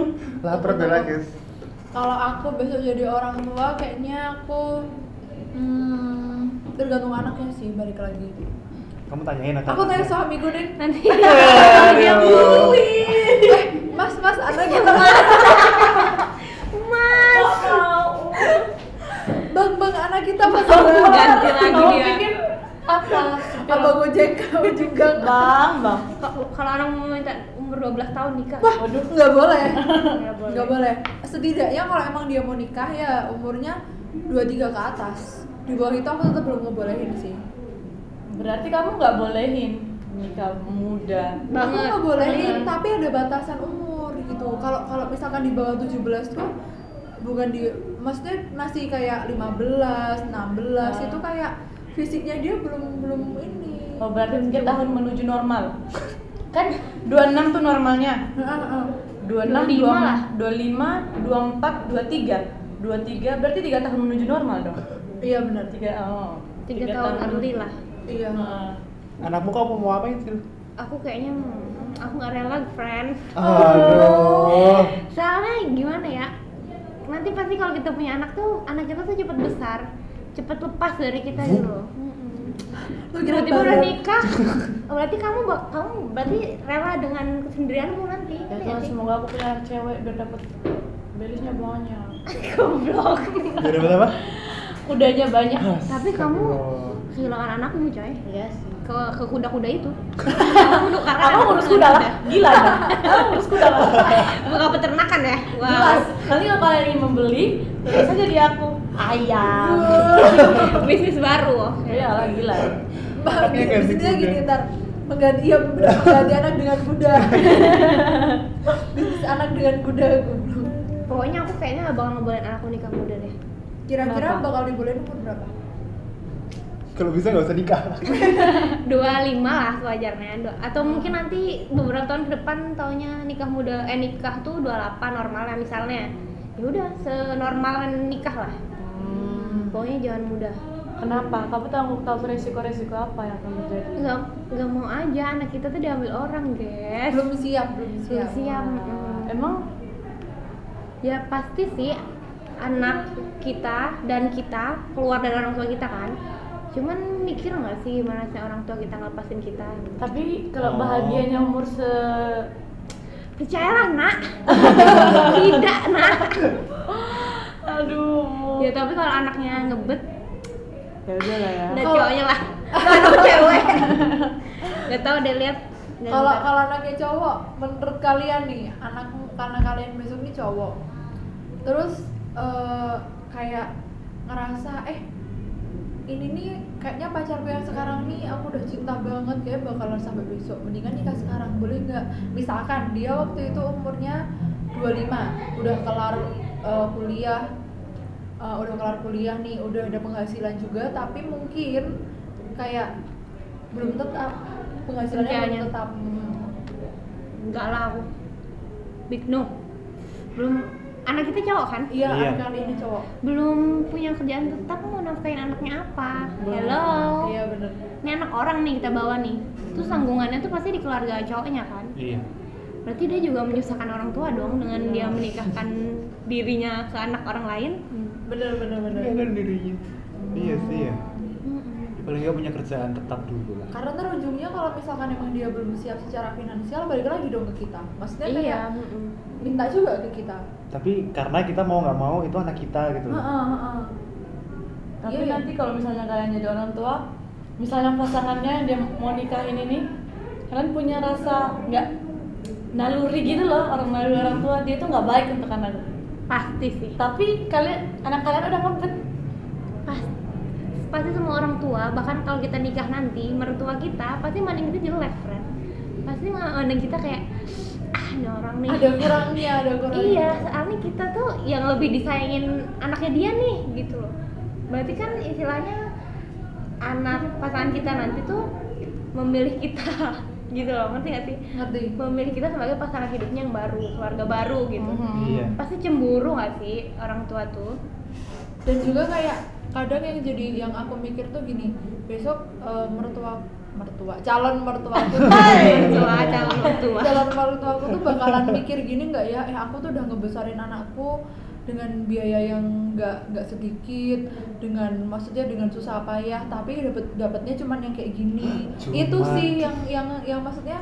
Lapar bela guys.
Kalau aku besok jadi orang tua, kayaknya aku hmm, tergantung anaknya sih balik lagi.
Kamu tanyain Iya. anak.
Aku tanya suamiku deh.
Nanti.
Aduh.
Eh, mas, mas, anaknya mas.
Mas.
Bang, bang, anak kita mas.
Ganti lagi
Kamu
dia.
pikir apa
Apa gojek kamu juga?
bang bang
Kalau kalau orang mau minta umur 12 tahun nikah.
Wah,
Waduh.
nggak boleh.
Nggak boleh.
Nggak boleh. Setidaknya kalau emang dia mau nikah ya umurnya 23 ke atas. Di bawah itu aku tetap belum ngebolehin sih.
berarti kamu nggak bolehin nikah muda
Aku
Banget.
nggak bolehin,
Banget.
tapi ada batasan umur gitu. Kalau kalau misalkan di bawah 17 tuh bukan di maksudnya masih kayak 15, 16
Hmm.
itu kayak fisiknya dia belum belum ini.
oh, berarti mungkin tahun menuju normal kan 26 tuh normalnya
Heeh, heeh.
26
25 lah.
25 24 23 23 berarti 3 tahun menuju normal dong
Iya benar.
3 oh
3 tahun early lah.
Iya.
Heeh.
Anakmu kamu mau apain sih?
Aku kayaknya hmm, aku nggak rela friend.
Aduh.
soalnya gimana ya nanti pasti kalau kita punya anak tuh anak kita tuh cepet besar cepet lepas dari kita gitu loh Mm-mm.
Lu kira
tiba-tiba udah
banget.
nikah oh, berarti kamu bak- kamu berarti rela dengan kesendirianmu nanti
ya
Iya
Tuhan
sih?
semoga aku punya anak cewek biar dapat belisnya banyak
goblok
Jadi apa?
kudanya banyak
tapi kamu kehilangan anakmu coy
iya sih
ke ke kuda-kuda itu kamu nukaran
aku ngurus kuda lah gila dah aku ngurus kuda lah
bukan peternakan ya wow
jelas nanti kalau kalian ingin membeli terus aja di aku ayam
bisnis baru
iya lah gila
Mbak,
Anaknya ganti
bisnisnya
kuda.
gini ntar mengganti ya mengganti anak dengan kuda. Bisnis anak dengan kuda goblok.
pokoknya aku kayaknya bakal ngebolehin anakku nikah muda deh
Kira-kira
Kenapa?
bakal dibolehin umur berapa?
Kalau bisa nggak usah nikah.
25 lah sewajarnya Do- atau mungkin nanti beberapa tahun ke depan taunya nikah muda eh nikah tuh 28 normalnya misalnya ya udah senormal kan nikah lah pokoknya jangan muda
kenapa kamu tahu tahu resiko resiko apa yang akan terjadi
nggak nggak mau aja anak kita tuh diambil orang guys
Belum siap, belum
Eh, Belum
siap.
siap mm.
Nah, emang
ya pasti sih anak kita dan kita keluar dari orang tua kita kan cuman mikir nggak sih gimana sih orang tua kita ngelepasin kita
tapi kalau
Oh.
bahagianya umur se
percayalah nak tidak nak
aduh
ya tapi kalau anaknya ngebet
ya udah lah ya
udah cowoknya lah Kalau anak cewek nggak tahu deh lihat Dan
Kalau
bukan-
kalau anaknya cowok, menurut kalian nih, anak karena kalian besok nih cowok, terus eh, kayak ngerasa eh ini nih kayaknya pacarku yang sekarang nih aku udah cinta banget kayak bakalan sampai besok mendingan nikah sekarang boleh nggak misalkan dia waktu itu umurnya 25 udah kelar eh, kuliah eh, udah kelar kuliah nih udah ada penghasilan juga tapi mungkin kayak belum tetap penghasilannya
Kerjaannya.
belum tetap
enggak lah aku big no belum anak kita cowok kan
iya
Iya.
anak kali ini cowok
belum punya kerjaan tetap mau nafkain anaknya apa hello
iya bener
ini anak orang nih kita bawa nih terus tanggungannya tuh pasti di keluarga cowoknya kan
Iya.
berarti dia juga menyusahkan orang tua dong dengan dia menikahkan dirinya ke anak orang lain
bener bener bener
Ya,
Ada dirinya. Iya sih ya.
Mm-mm.
Paling nggak punya kerjaan tetap dulu lah.
karena ntar ujungnya kalau misalkan emang dia belum siap secara finansial balik lagi dong ke kita maksudnya kayak
iya mm-mm.
minta juga ke kita
Tapi karena kita mau nggak mau itu anak kita gitu. loh.
Heeh, heeh.
tapi
Iya, iya.
nanti kalau misalnya kalian jadi orang tua misalnya pasangannya dia mau nikahin ini kalian punya rasa nggak naluri gitu loh orang naluri
Hmm.
orang tua dia tuh nggak baik untuk anak
pasti sih
tapi kalian anak kalian udah ngempet
pasti pasti semua orang tua bahkan kalau kita nikah nanti mertua kita pasti mandang kita jelek friend pasti mandang kita kayak ah ini orang nih
ada kurangnya ada kurangnya
iya soalnya kita tuh yang lebih disayangin anaknya dia nih gitu loh berarti kan istilahnya anak pasangan kita nanti tuh memilih kita gitu loh ngerti gak sih
ngerti
memilih kita sebagai pasangan hidupnya yang baru keluarga baru gitu
Iya.
pasti cemburu gak sih orang tua tuh
dan juga kayak kadang yang jadi yang aku mikir tuh gini besok eh, mertua mertua calon mertua aku
tua calon mertua
calon mertua aku tuh bakalan mikir gini nggak ya eh aku tuh udah ngebesarin anakku dengan biaya yang nggak nggak sedikit dengan maksudnya dengan susah payah tapi dapat dapatnya cuman yang kayak gini
Cuman.
itu sih yang yang yang maksudnya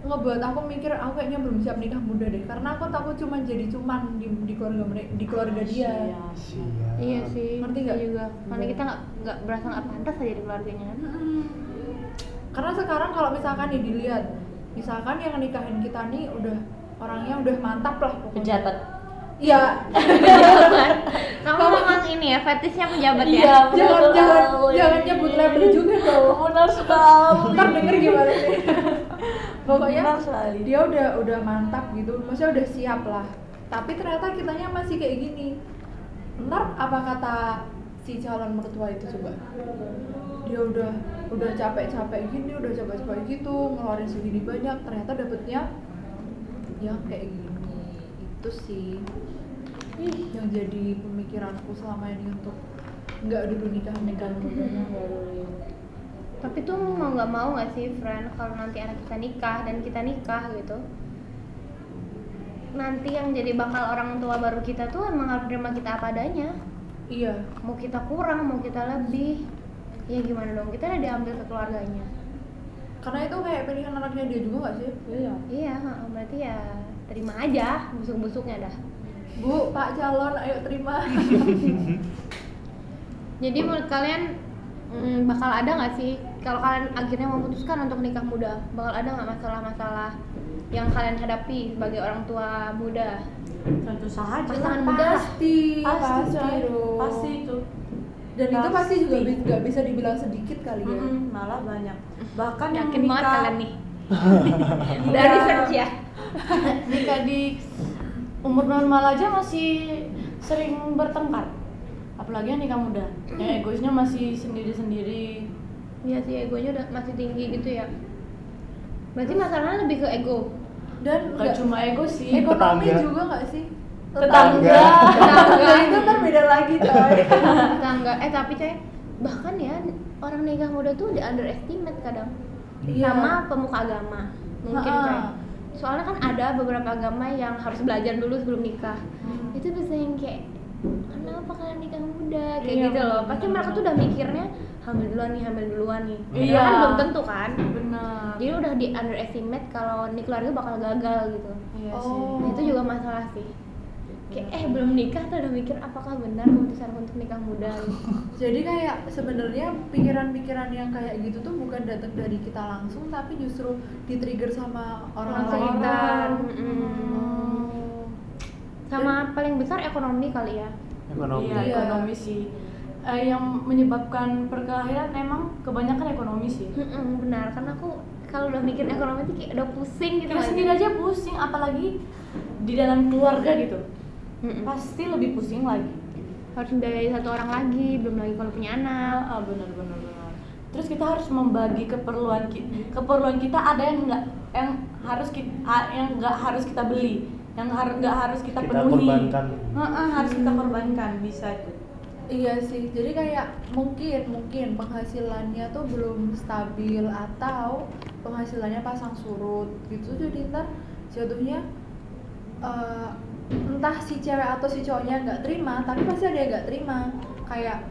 ngebuat aku mikir aku kayaknya belum siap nikah muda deh karena aku takut cuman jadi cuman di, di keluarga mereka di keluarga
Ah,
dia
Siap.
Iya sih.
Ngerti
Ngerti
nggak?
juga. Karena kita nggak nggak berasa nggak pantas aja di keluarganya kan.
Mm-mm. Karena sekarang kalau misalkan nih dilihat, misalkan yang nikahin kita nih udah orangnya udah mantap lah pokoknya.
pejabat
Iya,
Kamu memang ini ya fetishnya pejabat ya.
Iya.
jangan
bener
jangan
sekali.
jangan nyebut label juga dong.
benar sekali
Ntar denger gimana nih. Pokoknya
benar sekali
dia udah udah mantap gitu, maksudnya udah siap lah. Tapi ternyata kitanya masih kayak gini. Ntar apa kata si calon mertua itu coba? Dia udah udah capek-capek gini, udah capek-capek gitu, ngeluarin segini banyak, ternyata dapetnya ya kayak gini. Itu sih yang jadi pemikiranku selama ini untuk nggak dulu nikah nikah
Tapi tuh mau nggak mau nggak sih, friend, kalau nanti anak kita nikah dan kita nikah gitu. Nanti yang jadi bakal orang tua baru kita tuh emang harus terima kita apa adanya.
iya
Mau kita kurang, mau kita lebih. Ya gimana dong, kita udah diambil ke keluarganya.
karena itu kayak pilihan anaknya dia juga nggak sih
iya
Iya, ha-ha, berarti ya terima aja busuk-busuknya dah.
bu pak calon ayo terima
Jadi menurut kalian mm, bakal ada nggak sih kalau kalian akhirnya memutuskan untuk nikah muda, bakal ada nggak masalah-masalah yang kalian hadapi sebagai orang tua muda?
tentu saja
Pasangan
lah.
muda lah.
pasti
pasti coy.
dong.
pasti itu
dan itu pasti juga
Pasti.
bi- nggak bisa dibilang sedikit kali ya
Mm-mm, malah banyak bahkan yang
Yakin banget
nikah-
kalian nih
nikah-
dari research ya.
nikah di umur normal aja masih sering bertengkar apalagi yang nikah muda yang egoisnya masih sendiri-sendiri
Iya sih egonya udah masih tinggi gitu ya. Berarti masalahnya lebih ke ego.
dan
gak
nggak
cuma ego sih
ekonomi
Tetangga.
juga nggak sih
tetangga
tetangga itu
Tetangga,
ntar beda lagi coy
Iya,
tetangga. Eh tapi coy, bahkan ya orang nikah muda tuh di underestimate kadang
Iya.
sama pemuka agama mungkin
Ha-ha.
coy. soalnya kan ada beberapa agama yang harus belajar dulu sebelum nikah
Hmm.
itu bisa yang kayak kenapa kalian nikah muda kayak
Iya,
gitu loh
bener.
pasti mereka tuh udah mikirnya hamil duluan nih hamil duluan nih
Iya.
Padahal kan belum tentu kan
benar
Iya
jadi udah di underestimate kalau nih keluarga bakal gagal gitu
iya
Oh.
sih
Nah, itu juga masalah sih kayak eh belum nikah tuh udah mikir apakah benar keputusan untuk nikah muda
Jadi kayak sebenarnya pikiran-pikiran yang kayak gitu tuh bukan datang dari kita langsung tapi justru di-trigger sama Mm. orang
Orang sekitar. Mm-mm.
Hmm.
Oh.
sama paling besar ekonomi kali ya
ekonomi
Iya,
Iya.
ekonomi sih. Eh, yang menyebabkan perkelahian emang kebanyakan ekonomi sih.
Mm-mm, benar karena aku kalau udah mikir ekonomi tuh kayak udah pusing gitu
Kita
kan.
sendiri aja pusing, apalagi di dalam keluarga gitu.
Mm-mm.
Pasti lebih pusing lagi.
harus membiayai satu orang lagi belum lagi kalau punya anak
Ah, benar benar benar. Terus kita harus membagi keperluan kita. Keperluan kita ada yang nggak yang harus kita yang nggak harus kita beli, yang harus nggak harus kita,
Kita
penuhi.
korbankan.
Heeh, harus kita korbankan bisa itu.
Iya sih. Jadi kayak mungkin mungkin penghasilannya tuh belum stabil atau penghasilannya pasang surut gitu. Jadi ntar jatuhnya eh, entah si cewek atau si cowoknya nggak terima, tapi pasti ada yang nggak terima. Kayak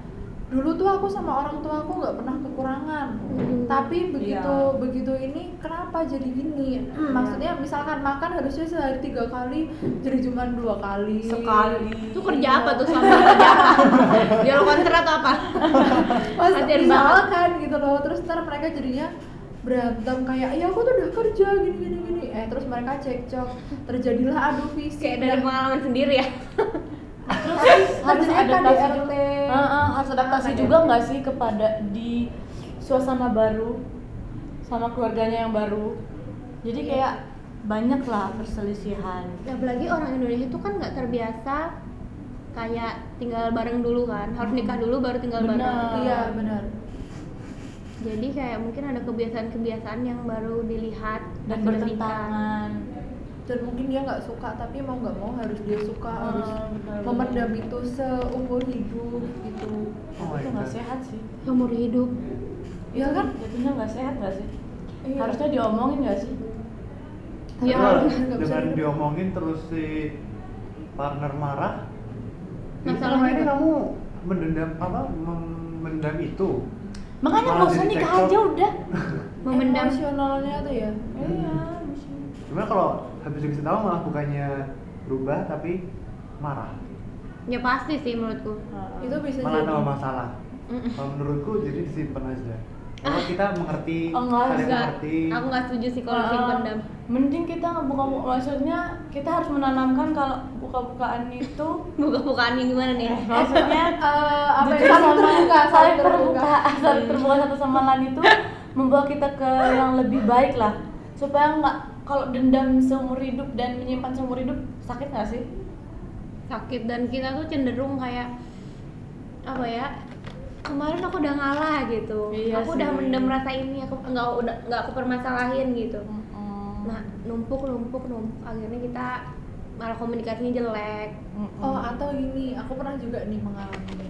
dulu tuh aku sama orang tua aku nggak pernah kekurangan. tapi begitu
Iya.
begitu ini kenapa jadi gini
Hmm.
maksudnya misalkan makan harusnya sehari tiga kali jadi cuma dua kali
Sekali.
itu kerja apa tuh sama kerja apa jual kontra atau apa
Mas,
Hati-hati
misalkan gitu loh terus ntar mereka jadinya berantem kayak ya aku tuh udah kerja gini gini gini eh terus mereka cekcok terjadilah adu fisik Iya.
kayak dari
dan-
pengalaman sendiri ya
harus
harus
terjadinya
adaptasi
KDRT.
juga. Heeh, harus adaptasi
Ah,
juga nggak sih kepada di suasana baru sama keluarganya yang baru. Jadi kayak banyak lah perselisihan.
Ya, apalagi orang Indonesia itu kan nggak terbiasa kayak tinggal bareng dulu kan harus nikah dulu baru tinggal bareng
Benar.
iya benar
jadi kayak mungkin ada kebiasaan-kebiasaan yang baru dilihat
dan
pas udah nikah.
bertentangan
dan mungkin dia nggak suka tapi mau nggak mau harus dia suka
Ah,
harus
benar-benar.
memendam itu seumur hidup gitu
Oh my
itu nggak
God.
sehat sih
seumur hidup
Iya
Itu
kan?
jatuhnya nggak sehat nggak sih
Iya.
harusnya diomongin nggak sih
Ya,
Padahal
nggak bisa
dengan
gitu.
diomongin terus si partner marah.
Masalahnya
Masalah ini
apa?
kamu mendendam apa? Mendendam itu.
makanya
Malah
nggak usah
jadi
nikah
cekcok.
aja udah
memendam
emosionalnya tuh ya
Hmm.
iya mesti.
Cuma kalau habis dikasih tahu malah bukannya berubah tapi marah.
ya pasti sih menurutku
Nah,
itu bisa
Malah
Iya, jadi
tambah masalah.
Mm-mm.
Kalau menurutku jadi disimpan aja. Kalau kita mengerti,
Oh, nggak,
saling
Nggak,
mengerti.
aku nggak setuju sih kalau
Ah,
sih pendam
mending kita buka maksudnya kita harus menanamkan kalau buka-bukaan itu
buka-bukaannya gimana nih
maksudnya
Eh, apa ya
jujur
saling
sama-
terbuka
saling terbuka saling terbuka satu sama lain itu membawa kita ke yang lebih baik lah supaya nggak kalau dendam seumur hidup dan menyimpan seumur hidup sakit nggak sih
sakit dan kita tuh cenderung kayak apa ya kemarin aku udah ngalah gitu
Iya
aku
sih.
udah mendem rasa ini aku nggak udah nggak aku permasalahin gitu nah numpuk numpuk numpuk akhirnya kita malah komunikasinya jelek
oh atau gini aku pernah juga nih mengalami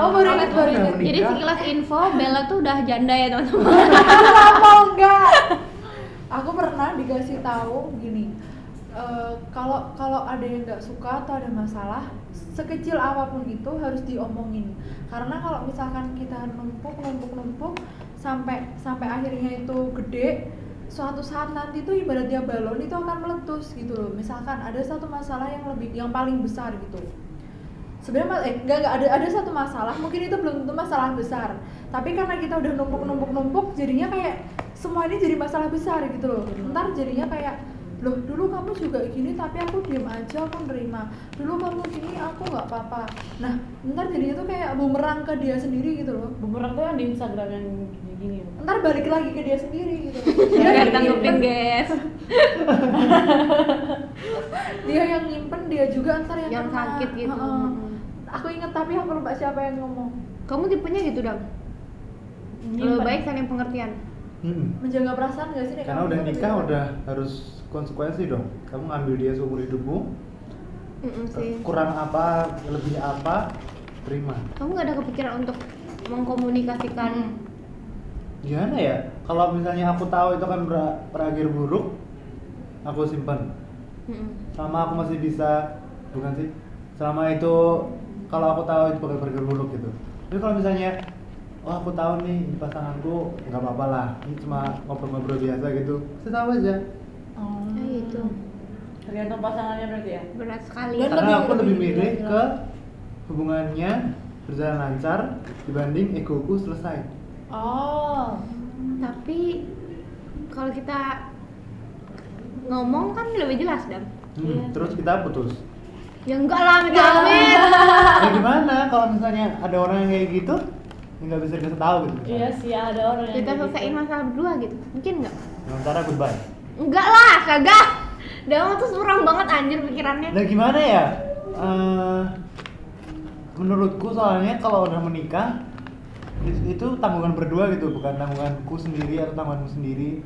oh baru ingat baru ingat
Menikah.
jadi sekilas info Bella tuh udah janda ya teman-teman
Oh, kenapa enggak aku pernah dikasih tahu gini eh, kalau kalau ada yang nggak suka atau ada masalah sekecil apapun itu harus diomongin karena kalau misalkan kita numpuk numpuk numpuk sampai sampai akhirnya itu gede suatu saat nanti tuh ibaratnya balon itu akan meletus gitu loh misalkan ada satu masalah yang lebih yang paling besar gitu sebenarnya mas- eh enggak, enggak, ada ada satu masalah mungkin itu belum tentu masalah besar tapi karena kita udah numpuk numpuk numpuk jadinya kayak semua ini jadi masalah besar gitu loh ntar jadinya kayak loh dulu kamu juga gini tapi aku diem aja aku nerima dulu kamu gini aku nggak apa-apa nah ntar jadinya tuh kayak bumerang ke dia sendiri gitu loh
bumerang tuh yang di Instagram yang gini-gini
ntar balik lagi ke dia sendiri gitu
Jangan
dia, yang
tanggepin
nyimpen,
guys
dia yang nyimpen dia juga ntar yang,
yang
kena.
sakit gitu
Heeh. aku inget tapi aku lupa siapa yang ngomong
kamu tipenya gitu dong lebih
Nyimpen.
baik saling pengertian
Mm-mm.
menjaga perasaan gak sih Nek?
Karena
Kamu
udah
tuh
nikah
menjaga-
udah harus konsekuensi dong. Kamu ngambil dia seumur hidupmu,
Mm-mm sih
kurang apa, lebih apa, terima.
kamu gak ada kepikiran untuk mengkomunikasikan
Gimana ya? Kalau misalnya aku tahu itu kan ber- berakhir buruk, aku simpan.
Mm-mm.
Selama aku masih bisa, bukan sih? Selama itu kalau aku tahu itu bakal berakhir buruk gitu. Tapi kalau misalnya Oh aku tahu nih pasanganku ya nggak apa-apa lah, ini cuma ngobrol-ngobrol biasa gitu. Saya tahu aja.
Oh.
Ya, itu
tergantung pasangannya berarti ya
berat sekali
Dan
karena
lebih-
aku lebih,
lebih
milih
jelas.
ke hubungannya berjalan lancar dibanding egoku selesai
Oh.
tapi kalau kita ngomong kan lebih jelas dam
Hmm,
Iya.
terus kita putus
ya enggak lah minta amit
ya gimana kalau misalnya ada orang yang kayak gitu ya nggak bisa dikasih tahu gitu misalnya.
iya sih ada orang yang
kita
kayak
selesaiin
gitu.
masalah berdua gitu mungkin enggak
sementara goodbye
enggak lah kagak Dam tuh suram banget anjir pikirannya
nah gimana ya Eh, menurutku soalnya kalau udah menikah it- itu tanggungan berdua gitu bukan tanggunganku sendiri atau tanggunganmu sendiri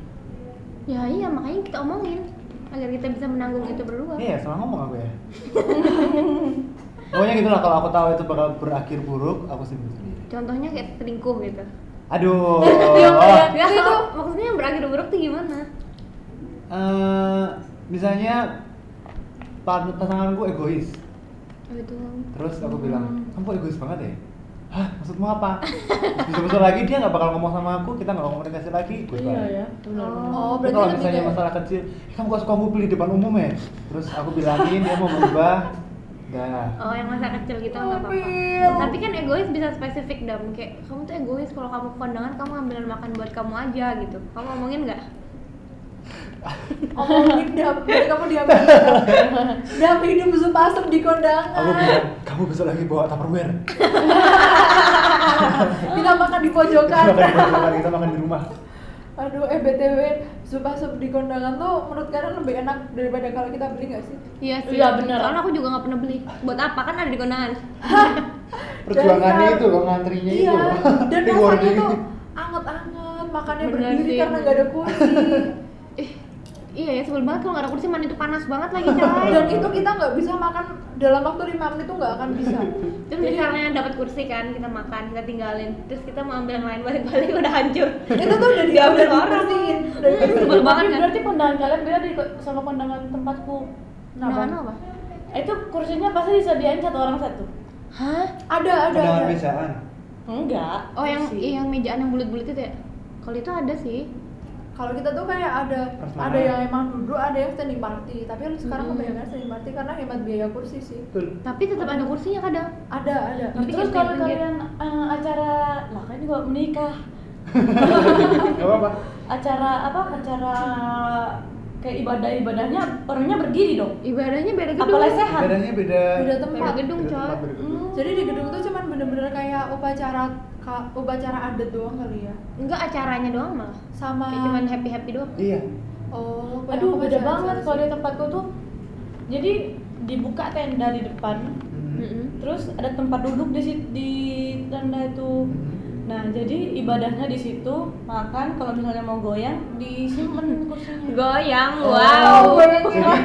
ya iya makanya kita omongin agar kita bisa menanggung itu berdua
Iya, salah ngomong aku ya. Pokoknya gitulah kalau aku tahu itu bakal berakhir buruk, aku sendiri.
contohnya kayak selingkuh gitu
Aduh. iya.
ya itu maksudnya yang berakhir buruk tuh gimana
Eh, misalnya pa- pasanganku egois.
Oh, itu
Terus aku bilang, kamu kok egois banget ya? Hah, maksudmu apa? Terus Besok-besok lagi dia nggak bakal ngomong sama aku, kita nggak komunikasi lagi. Gue
iya ya benar benar
Oh,
Tapi
berarti
kalau
lebih
misalnya
kayak-
masalah kecil, "Eh, kamu kok suka ngumpul di depan umum ya? Terus aku bilangin dia mau berubah, Nah,
oh yang masa kecil gitu nggak apa-apa tapi kan egois bisa spesifik dam kayak kamu tuh egois kalau kamu ke kondangan kamu ambilin makan buat kamu aja gitu kamu ngomongin nggak
Omongin dam, dari kamu diam. Dam hidup sup asem di
aku
kondangan.
bilang kamu besok lagi bawa tupperware.
Kita makan di
kita makan di
pojokan.
rumah, kita makan di rumah
Aduh, eh BTW, sup asem di kondangan tuh menurut kalian lebih enak daripada kalau kita beli nggak sih?
iya sih
Iya, bener.
soalnya aku juga nggak pernah beli buat apa kan ada di kondangan
perjuangannya
Dan-
itu loh ngantrinya
Iya.
itu loh
Dan
Di
rasanya
boarding.
tuh anget-anget, makannya
Bener
berdiri
sih,
karena
bener.
nggak ada kursi.
iya ya sebel banget kalau nggak ada kursi man itu panas banget lagi
Dan
coy
itu kita nggak bisa makan dalam waktu lima menit tuh nggak akan bisa.
terus misalnya dapat kursi kan kita makan kita tinggalin terus kita mau ambil yang lain balik-balik udah hancur
itu tuh udah
Diambil
diambil
orang.
orang sih. Dari
Hmm, sebel banget
tapi
kan
berarti pandangan kalian beda di sama pandangan tempatku kan?
Nah, apa?
itu kursinya pasti disediain satu orang satu
Hah?
ada ada.
Undangan
ada.
bisaan
enggak
Oh yang
kursi.
iya, yang mejaan yang bulat-bulat itu ya? Kalau itu ada sih.
kalau kita tuh kayak ada
Prasmanan.
ada yang emang duduk ada yang standing party tapi lu sekarang
Hmm.
kebanyakan standing party karena hemat biaya kursi sih
betul
Tapi tetap ada kursinya kadang.
ada ada
Tapi
terus
kita
kalau
pinggir.
kalian eh, acara lah kan juga menikah
gak apa-apa
acara apa acara kayak ibadah ibadahnya orangnya berdiri dong
Ibadahnya beda
apa
gedung.
lesehan
bedanya beda
Beda tempat.
Beda gedung,
Beda
coy.
tempat, beda gedung.
Hmm.
jadi di gedung tuh cuman bener-bener kayak upacara ka- upacara adat doang kali ya
Enggak acaranya doang malah.
sama
Ah.
Kayak cuman happy-happy doang.
iya
oh kayak
aduh beda
upacara
banget
sih.
kalau di tempatku tuh jadi dibuka tenda di depan
Mm-mm.
terus ada tempat duduk di sit- di tenda itu nah jadi ibadahnya di situ makan kalau misalnya mau goyang disimpan kursinya
Goyang,
oh,
wow.
boleh sih.
jadi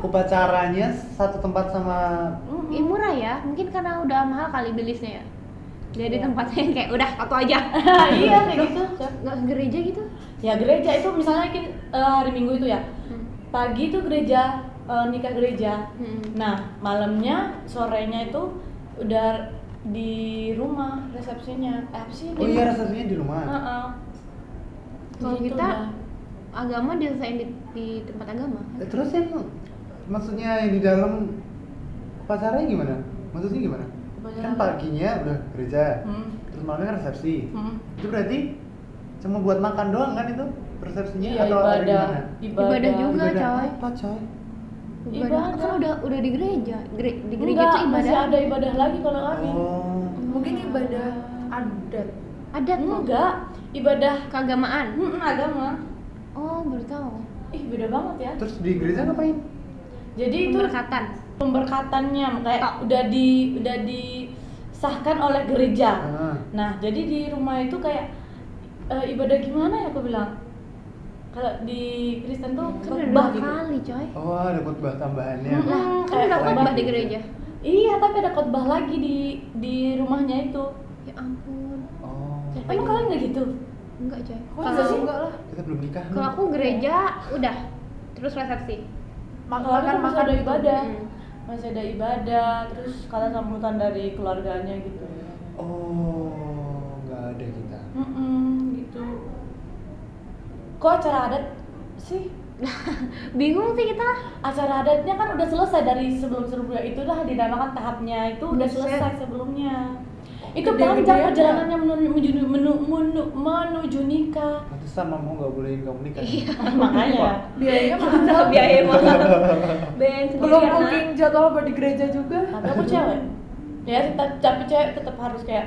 upacaranya satu tempat sama
Mm-mm.
Ih, murah ya, mungkin karena udah mahal kali bilisnya ya. Jadi
Iya.
tempatnya yang kayak udah satu aja.
Nah, iya kayak gitu Cak.
Enggak gereja gitu.
ya gereja itu misalnya ki- eh, hari minggu itu ya
Hmm.
pagi itu gereja eh, nikah gereja
Mm-mm.
nah malamnya sorenya itu udah di rumah resepsinya eh, apa sih
oh iya rasanya di rumah
Heeh.
Kalau
Gitu
kita
dah.
agama diselesain di, di tempat agama.
Eh, terus yang maksudnya yang di dalam upacaranya gimana maksudnya gimana
Iya.
kan paginya udah gereja
Hmm,
terus malamnya kan resepsi
hmm.
itu berarti cuma buat makan doang kan itu resepsinya
Iya,
atau ada
ibadah,
gimana
ibadah
Ibadah juga. Enggak,
Ibadah
coy.
apa Oh, coy
Ibadah. Kan
Ibadah.
udah udah di gereja. Gere- di gereja
Enggak,
tuh ibadah.
masih ada ibadah lagi kalau kami.
oh
mungkin ibadah adat
Ada kok.
Enggak, ibadah
keagamaan.
hmm, agama.
Oh, baru tahu.
Ih, beda banget ya.
terus di gereja ngapain
Jadi itu
Pemberkatan.
pemberkatannya kayak udah di udah disahkan oleh gereja.
Ah.
Nah, jadi di rumah itu kayak eh, ibadah gimana ya aku bilang? Kalau di Kristen tuh
Kan udah dua
khotbah gitu.
kali, coy.
Oh, ada khotbah tambahannya.
Mm-mm.
Lah, kan
Kayak gitu.
udah khotbah
khotbah.
di gereja.
Iya, tapi ada khotbah lagi di di rumahnya itu.
Ya ampun.
Oh,
Emang kalian nggak gitu?
Enggak, coy.
kok bisa sih
Kalau
enggak lah
kita belum nikah.
kalau aku gereja udah terus resepsi.
makan
Kalau
makan
aku masih
makan
ada
gitu.
ibadah.
Mm.
masih ada ibadah terus kata sambutan dari keluarganya gitu
Oh, nggak ada kita.
Mm-mm, gitu kok acara adat sih
bingung sih kita
acara adatnya kan udah selesai dari sebelum serbia itu dah dinamakan tahapnya itu udah
Buset.
selesai sebelumnya itu
Gede-gedean
panjang
ya.
perjalanannya menuju menuju, menuju, menuju nikah
Pantesan mamamu nggak bolehin kamu nikah. Iya.
makanya
biayanya mahal ya,
biaya mahal band
belum
sendiri,
booking jadwal buat di gereja juga
tapi aku cewek ya tetap tapi cewek tetap harus kayak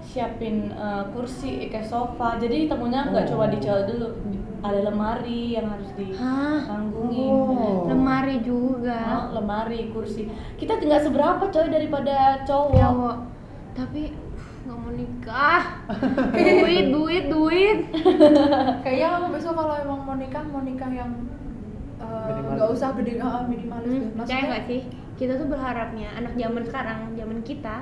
siapin eh, kursi kayak sofa jadi temunya nggak
Oh.
coba dijual dulu Di- ada lemari yang harus
anak. Hah?
ditanggungin
Oh.
lemari juga
Oh, lemari kursi kita nggak seberapa coy daripada cowok
cowok Ya, tapi nggak mau nikah duit duit duit
kayaknya kamu besok kalau emang mau nikah mau nikah yang eh,
Minimalis.
nggak usah gede ah, minimalis deh.
percaya nggak sih kita tuh berharapnya anak zaman sekarang zaman kita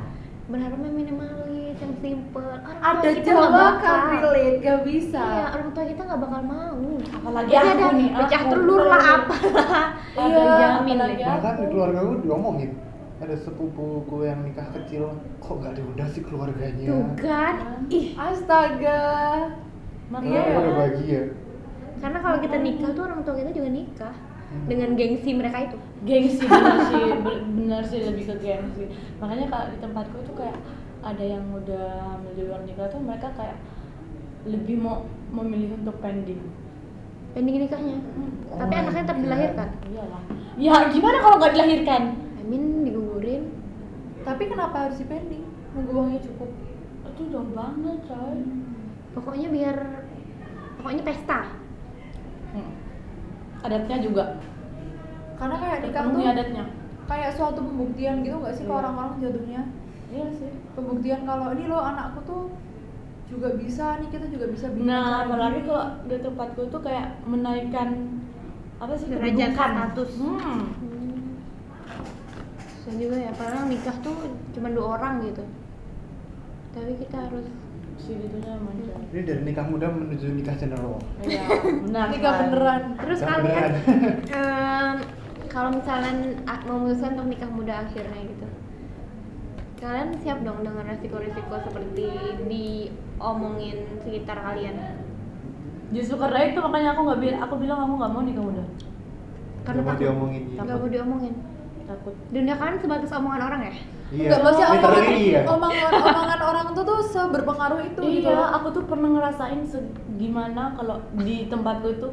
berharapnya minimalis yang simple orang tua
ada
kita nggak
jawa
bakal
kan relate nggak bisa
iya orang tua kita nggak bakal mau
apalagi
Iya,
aku
ada
nih
pecah
aku.
telur lah apalah
Iya,
jamin
apalagi
deh.
aku.
Bahkan kan di keluarga gue diomongin ada sepupuku yang nikah kecil kok nggak diundang sih keluarganya.
tuh kan ih
astaga
Iya.
Makanya
Iya.
Udah bahagia.
karena kalau kita nikah tuh orang tua kita juga nikah dengan gengsi mereka itu
gengsi bener sih be- bener sih lebih ke gengsi makanya kalau di tempatku itu kayak ada yang udah hamil di luar nikah tuh mereka kayak lebih mau memilih untuk pending
pending nikahnya tapi
Oh
anaknya tetap
my God.
dilahirkan
iyalah ya gimana kalau nggak dilahirkan
Amin digugurin
tapi kenapa harus dipending nunggu uangnya cukup
itu dong banget coy
pokoknya biar pokoknya pesta
Hmm. adatnya juga
karena kayak nikah tuh
terpenuhi adatnya
kayak suatu pembuktian gitu nggak sih ke
Iya.
orang-orang jatuhnya
iya sih
pembuktian kalau ini loh anakku tuh juga bisa nih kita juga bisa bikin acara
nah apalagi
gini."
kalau di tempatku tuh kayak menaikkan apa sih
Derajat
kedudukan.
status.
hmm.
dan juga ya padahal nikah tuh cuma dua orang gitu tapi kita harus
segitunya manjang
Ini dari nikah muda menuju nikah general.
iya benar
nikah
Shay.
beneran
terus
Yang
kalian
beneran.
em, kalau misalnya a- memutuskan untuk nikah muda akhirnya gitu kalian siap dong dengan resiko-resiko seperti diomongin sekitar kalian
justru karena itu makanya aku nggak bilang aku bilang aku nggak mau nikah muda
Gak mau diomongin.
nggak mau diomongin
takut
dunia kalian sebatas omongan orang ya
Iya.
Enggak, maksudnya omongan,
Literally ya.
omongan, omongan orang tuh tuh seberpengaruh itu gitu
iya aku tuh pernah ngerasain se- gimana kalau di tempatku itu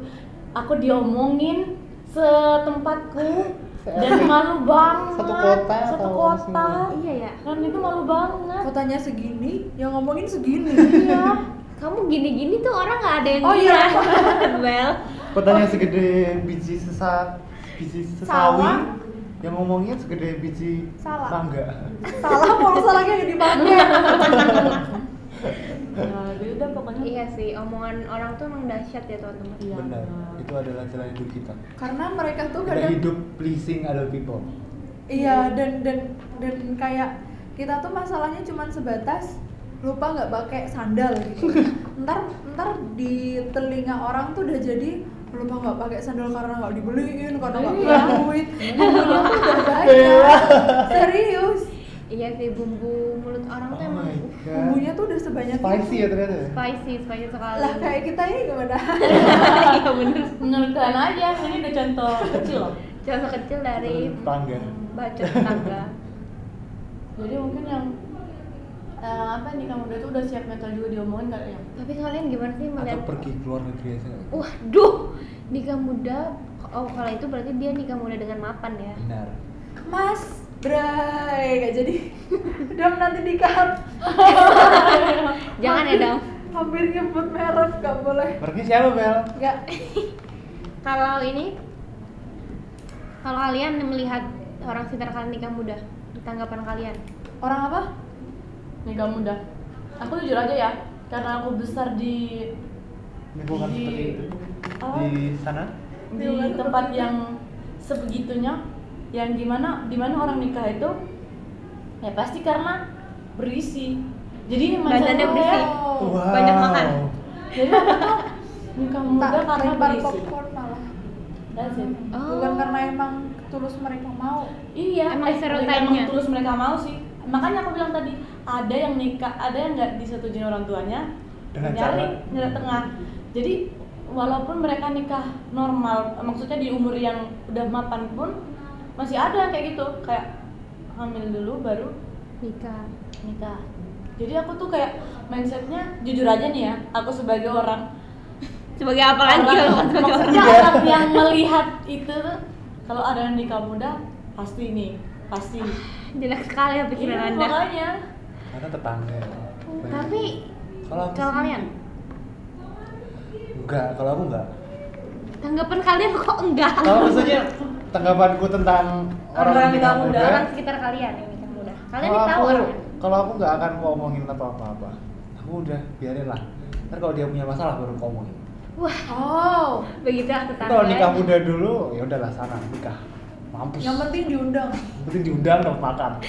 aku diomongin setempatku dan malu banget
Satu kota
satu
atau
kota
iya ya
kan itu malu banget
Kotanya segini, yang ngomongin segini
iya
kamu gini-gini tuh orang nggak ada yang
Oh iya.
gila. well
Pertanyaan segede biji sesa biji
Sawah.
sesawi yang ngomongnya segede biji
Salah.
tangga.
Salah pulsa lagi yang dipakai
nah, gitu udah pokoknya
iya sih omongan orang tuh emang dahsyat ya teman-teman
Iya.
Benar. Itu adalah jalan hidup kita.
Karena mereka tuh
Kita
kadang
hidup pleasing other people.
Iya, dan dan dan kayak kita tuh masalahnya cuman sebatas lupa nggak pakai sandal gitu. ntar ntar di telinga orang tuh udah jadi lupa nggak pakai sandal karena nggak dibeliin karena nggak punya duit
Iya.
Bumbunya tuh udah
Iya.
banyak serius
Iya sih bumbu mulut orang tuh
Oh
emang
my god.
bumbunya tuh udah sebanyak
Spicy
itu.
ya ternyata. ya?
spicy, spicy sekali.
lah kayak kita ini gimana
iya bener.
menurut kalian aja ini udah contoh kecil loh
Contoh kecil dari
Tangga.
bacot tangga.
jadi mungkin yang eh, apa nih kamu udah tuh udah siap mental juga diomongin nggak ya
Tapi kalian gimana sih
Atau
melihat? Uh.
pergi keluar negeri aja.
Waduh, nikah muda. Oh kalau itu berarti dia nikah muda dengan mapan ya.
Benar.
mas bray nggak jadi dam nanti nikah
Jangan ya dong.
hampir nyebut merek nggak boleh
Pergi siapa Bel?
nggak
Kalau ini, kalau kalian melihat orang sekitar kalian nikah muda, tanggapan kalian?
orang apa
nikah muda aku jujur aja ya karena aku besar di
Lingkungan
Di-
seperti itu.
apa?
Di sana?
di
Iya,
tempat yang sebegitunya yang dimana dimana orang nikah itu ya pasti karena berisi jadi
Badannya
mindset-
berisi.
oh.
Banyak makan.
jadi aku tuh nikah muda
tak
karena
lempar
berisi
popcorn malah
That's it.
bukan karena emang tulus mereka mau
iya
Emang
eh,
stereotipnya.
emang terus mereka mau sih makanya aku bilang tadi ada yang nikah ada yang nggak disetujuin orang tuanya
Dengan cara.
nyari
Hmm.
nyari tengah jadi walaupun mereka nikah normal maksudnya di umur yang udah mapan pun masih ada kayak gitu kayak hamil dulu baru
nikah
nikah jadi aku tuh kayak mindsetnya jujur aja nih ya aku sebagai orang
sebagai apa lagi kalau
Orang-
bukan sebagai orang
maksudnya orang yang melihat itu tuh, kalau ada yang nikah muda pasti nih pasti
jelek sekali ya pikiran
Iya,
anda
makanya
karena tetangga
tapi
kalau aku
kalau kalian
enggak kalau aku enggak
tanggapan kalian kok enggak
Kalau maksudnya tanggapanku tentang orang
Orang
nikah
yang
muda,
muda,
orang sekitar kalian yang nikah muda kalian kan?
kalau
nih tahu
aku,
orangnya
kalau aku nggak akan mau ngomongin apa-apa.
aku udah biarin lah ntar kalau dia punya masalah baru ngomong
wah
oh
begitu aku tahu
Kalau nikah muda dulu, ya udahlah sana nikah. Mampus.
yang penting diundang
Mesti diundang dong makan.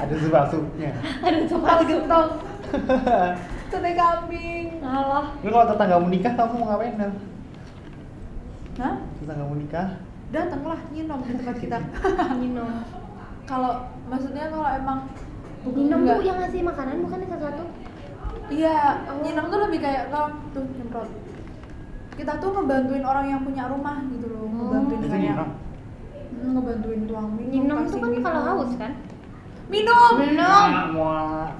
Ada sebasuhnya.
aduh sumpah
kalau gentong sate kambing alah
Lu kalau tetanggamu nikah kamu mau ngapain Nel?
nah
Tetanggamu nikah?
datanglah nyinom di tempat kita
minum
kalau maksudnya kalau emang
minum
nggak-
tuh yang ngasih makanan bukan yang satu
Iya,
Oh.
nyiram tuh lebih kayak kalau tuh nyemprot. Kita tuh ngebantuin orang yang punya rumah gitu
Oh.
loh, ngebantuin
Itu
kayak
nyiram.
Hmm, ngebantuin tuang minum.
minum tuh
kasih
kan
minum.
kalau haus kan
Minum.
Minum.
Muak.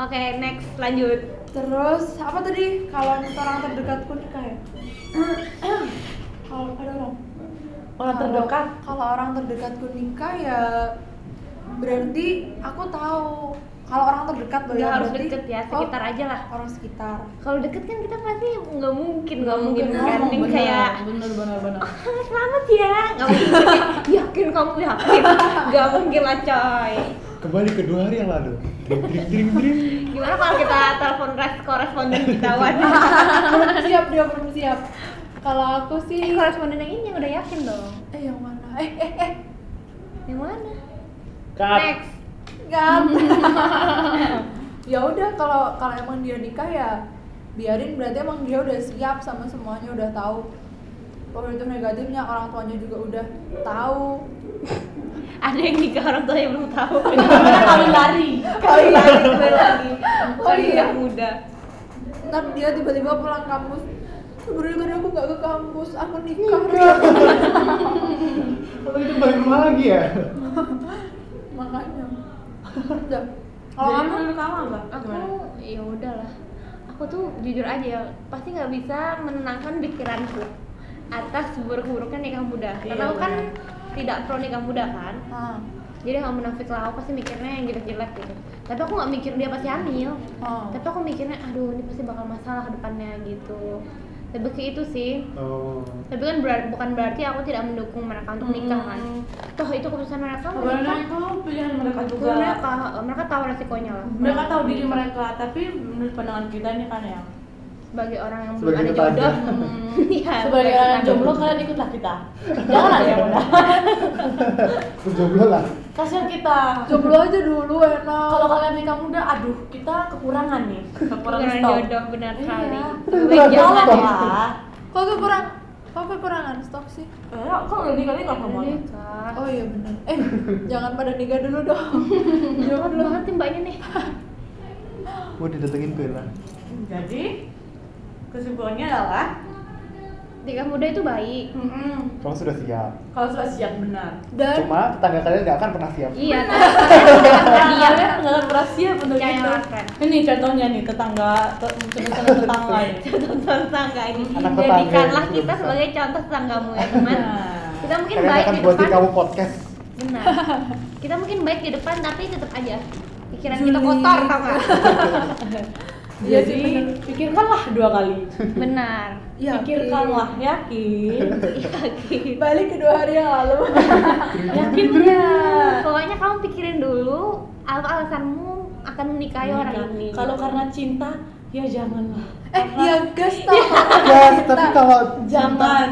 oke next lanjut
Terus apa tadi? Kalau untuk orang terdekatku nikah ya. kalau ada orang.
orang
Kalau-
terdekat
Kalau orang terdekatku nikah ya berarti aku tahu kalau orang terdekat loh
nggak
ya,
harus
berarti-
deket ya
Oh,
sekitar aja lah
orang sekitar.
kalau deket kan kita pasti nggak mungkin nggak mungkin kan
ngomong, bener,
kayak
bener bener bener.
"Ah, selamat ya nggak mungkin yakin kamu yakin nggak mungkin lah coy
Kembali ke dua hari yang lalu. Dream, dream, dream, dream.
gimana kalau kita telepon res koresponden kita wan
belum siap dia belum siap. Kalau aku
eh,
sih
koresponden yang ini yang udah yakin dong
Eh yang mana? Eh eh eh
yang mana
Cut.
next
kan. ya udah kalau kalau emang dia nikah ya biarin berarti emang dia udah siap sama semuanya udah tahu positif negatifnya orang tuanya juga udah tahu
ada yang nikah orang tua yang belum tahu
kawin lari
kali lagi gue Oh iya, lagi
Oh,
Kali
iya.
yang muda
ntar dia tiba-tiba pulang kampus sebenarnya tadi aku nggak ke kampus aku nikah
Kalau itu balik rumah lagi ya?
makanya udah
kalau
kalau
Iya.
kamu
kamu
menurut kamu apa
aku
Gimana?
ya udahlah aku tuh jujur aja ya, pasti nggak bisa menenangkan pikiranku atas buruk-buruknya nikah muda karena
Iya,
aku kan
benar.
tidak pro nikah muda kan
ah,
jadi nggak munafik lah aku pasti mikirnya yang jelek-jelek gitu tapi aku nggak mikir dia pasti hamil
ah.
tapi aku mikirnya aduh ini pasti bakal masalah ke depannya gitu lebih ke itu sih
Oh.
tapi kan berar- bukan berarti aku tidak mendukung mereka untuk nikah kan
Hmm.
toh itu keputusan mereka mau
Sebenarnya
nikah
itu pilihan mereka juga
Keputusan mereka mereka tahu resikonya lah
mereka tahu diri mereka tapi menurut pandangan kita ini kan yang
sebagai orang yang belum ada
Sebagai tetangga.
jodoh Iya,
Hmm. sebagai orang yang jomblo kan kalian ikutlah kita janganlah ya udah
Lu jomblo lah.
kasihan kita
jomblo aja dulu enak
kalau kalian nikah muda aduh kita kekurangan nih kekurangan
orang
stok
jodoh benar
Iya.
sekali
Kekurangan
jangan
jangan
stok.
ya.
lah
kok kurang kok kekurangan stok sih
Eh, kok udah nikah nikah
Udah
kamu
deh, Kak.
oh iya benar eh jangan pada nikah dulu dong
Jahat Iya, banget nih mbaknya nih
Mau didatengin Bella.
jadi kesimpulannya adalah
nikah muda itu baik
mm-mm,
Kamu sudah siap.
kalau sudah siap benar
dan
Cuma tetangga kalian nggak akan pernah siap.
iya tapi
Iya,
dia
kan nggak akan pernah siap untuk
Kayak
itu.
makan.
Ini contohnya nih tetangga, te- contohnya tetangga Iya ini.
contoh tetangga ini
Anak tetangga.
jadikanlah kita sebagai contoh tetanggamu ya teman
Iya.
kita mungkin
Kalian
baik
akan
di
buatin
depan
kamu podcast.
benar kita mungkin baik di depan tapi tetap aja pikiran kita
Juli.
kotor tau nggak?
Iya
Jadi
sih, bener.
pikirkanlah dua kali.
benar
ya
Pikirkanlah yakin.
yakin
balik ke dua hari yang lalu
yakin nggak?
ya. pokoknya kamu pikirin dulu apa alasanmu akan menikahi orang
Nikah.
ini
Kalau karena cinta, ya janganlah.
eh ya gas
Iya.
tau
Yes, Ya, tapi kalau
Jangan.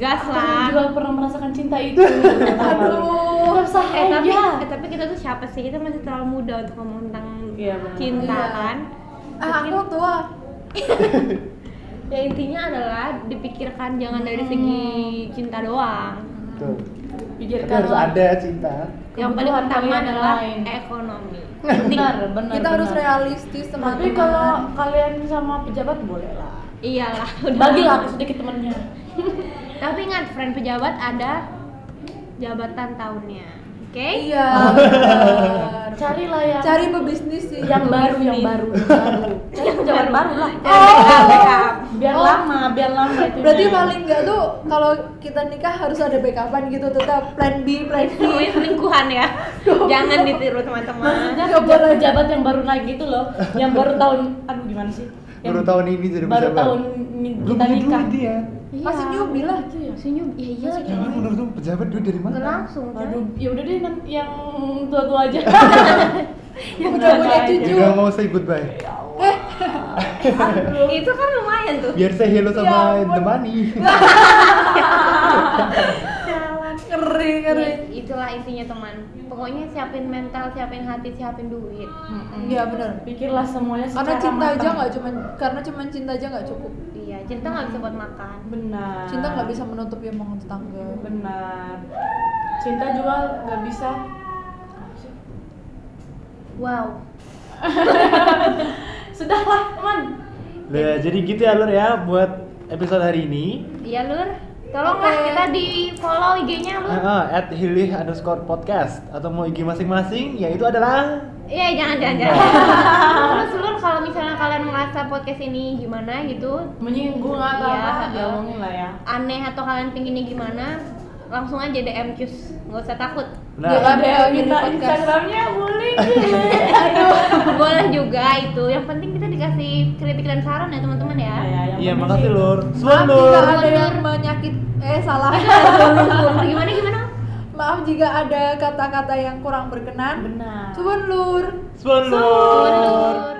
gas
Aku
lah
juga pernah merasakan cinta itu.
aduh
Gak usah
eh tapi
aja.
eh, tapi kita tuh siapa sih kita masih terlalu muda untuk ngomong tentang
Iya, benar.
cinta
Iya.
kan
ah aku tua
ya intinya adalah dipikirkan jangan dari segi
Hmm.
cinta doang
Tuh. Tapi harus
Pikirkanlah.
ada cinta.
yang paling
Kebutuhan
utama
kalian yang
adalah
lain.
ekonomi
Benar, benar.
kita harus
benar.
realistis teman-teman
Tapi kalau kalian sama pejabat boleh lah.
iyalah udah
bagilah sedikit temennya
tapi ingat friend pejabat ada jabatan tahunnya oke
iya benar.
Carilah yang
cari pebisnis sih
yang baru, yang baru, yang baru. Cari pejabat Iya, baru lah. Biar
Oh.
lama, biar lama itu.
berarti paling nggak tuh kalau kita nikah harus ada backupan gitu tetap plan B plan
Iya.
C
namanya selingkuhan ya jangan ditiru teman-teman
maksudnya
Nggak boleh.
pejabat yang baru lagi itu loh, yang baru tahun aduh gimana sih? Yang
baru tahun ini jadi
baru
pejabat.
tahun ni-
belum
kita
punya
nikah. Iya
duit dia
Iya.
masih newbie lah cuy
masih nyum ya iya lagi
Emang menurut lu pejabat duit dari
Nggak
mana?
langsung Coy.
Aduh, ya udah deh nanti yang tua-tua aja. yang
Udah punya
aja.
cucu.
Udah mau say goodbye.
Oh.
Eh,
itu kan lumayan tuh
Biar saya hello sama the money.
ngeri
Iya.
ngeri
Ya, itulah intinya teman pokoknya siapin mental siapin hati siapin duit
iya benar
Pikirlah semuanya
karena
secara
cinta aja
matang.
nggak cuman karena cuman cinta aja nggak cukup
iya cinta nggak bisa buat makan
benar.
cinta nggak bisa menutupi omongan tetangga
benar. Cinta juga nggak bisa
wow
Sudahlah, teman.
Nah, jadi gitu ya Lur ya buat episode hari ini.
iya lur tolonglah
Oke.
kita di follow ig-nya lur
Ah, at hilih underscore podcast atau mau IG masing-masing yaitu adalah
Iya jangan jangan jangan. Terus lur kalau misalnya kalian merasa podcast ini gimana gitu
Menyinggung atau
Iya,
apa? Ya,
heeh.
omongin lah ya.
aneh atau kalian pinginnya gimana langsung aja DM cus nggak usah takut
Jangan
nah
ada
Ada
yang di
kita
podcast.
Instagramnya boleh
boleh juga itu yang penting kita dikasih kritik dan saran ya teman-teman ya
iya makasih Lur. Suan
maaf jika
Lur.
ada yang menyakit eh salah
gimana gimana
maaf jika ada kata-kata yang kurang berkenan
Benar.
Suwun lur
Suan Lur.
lur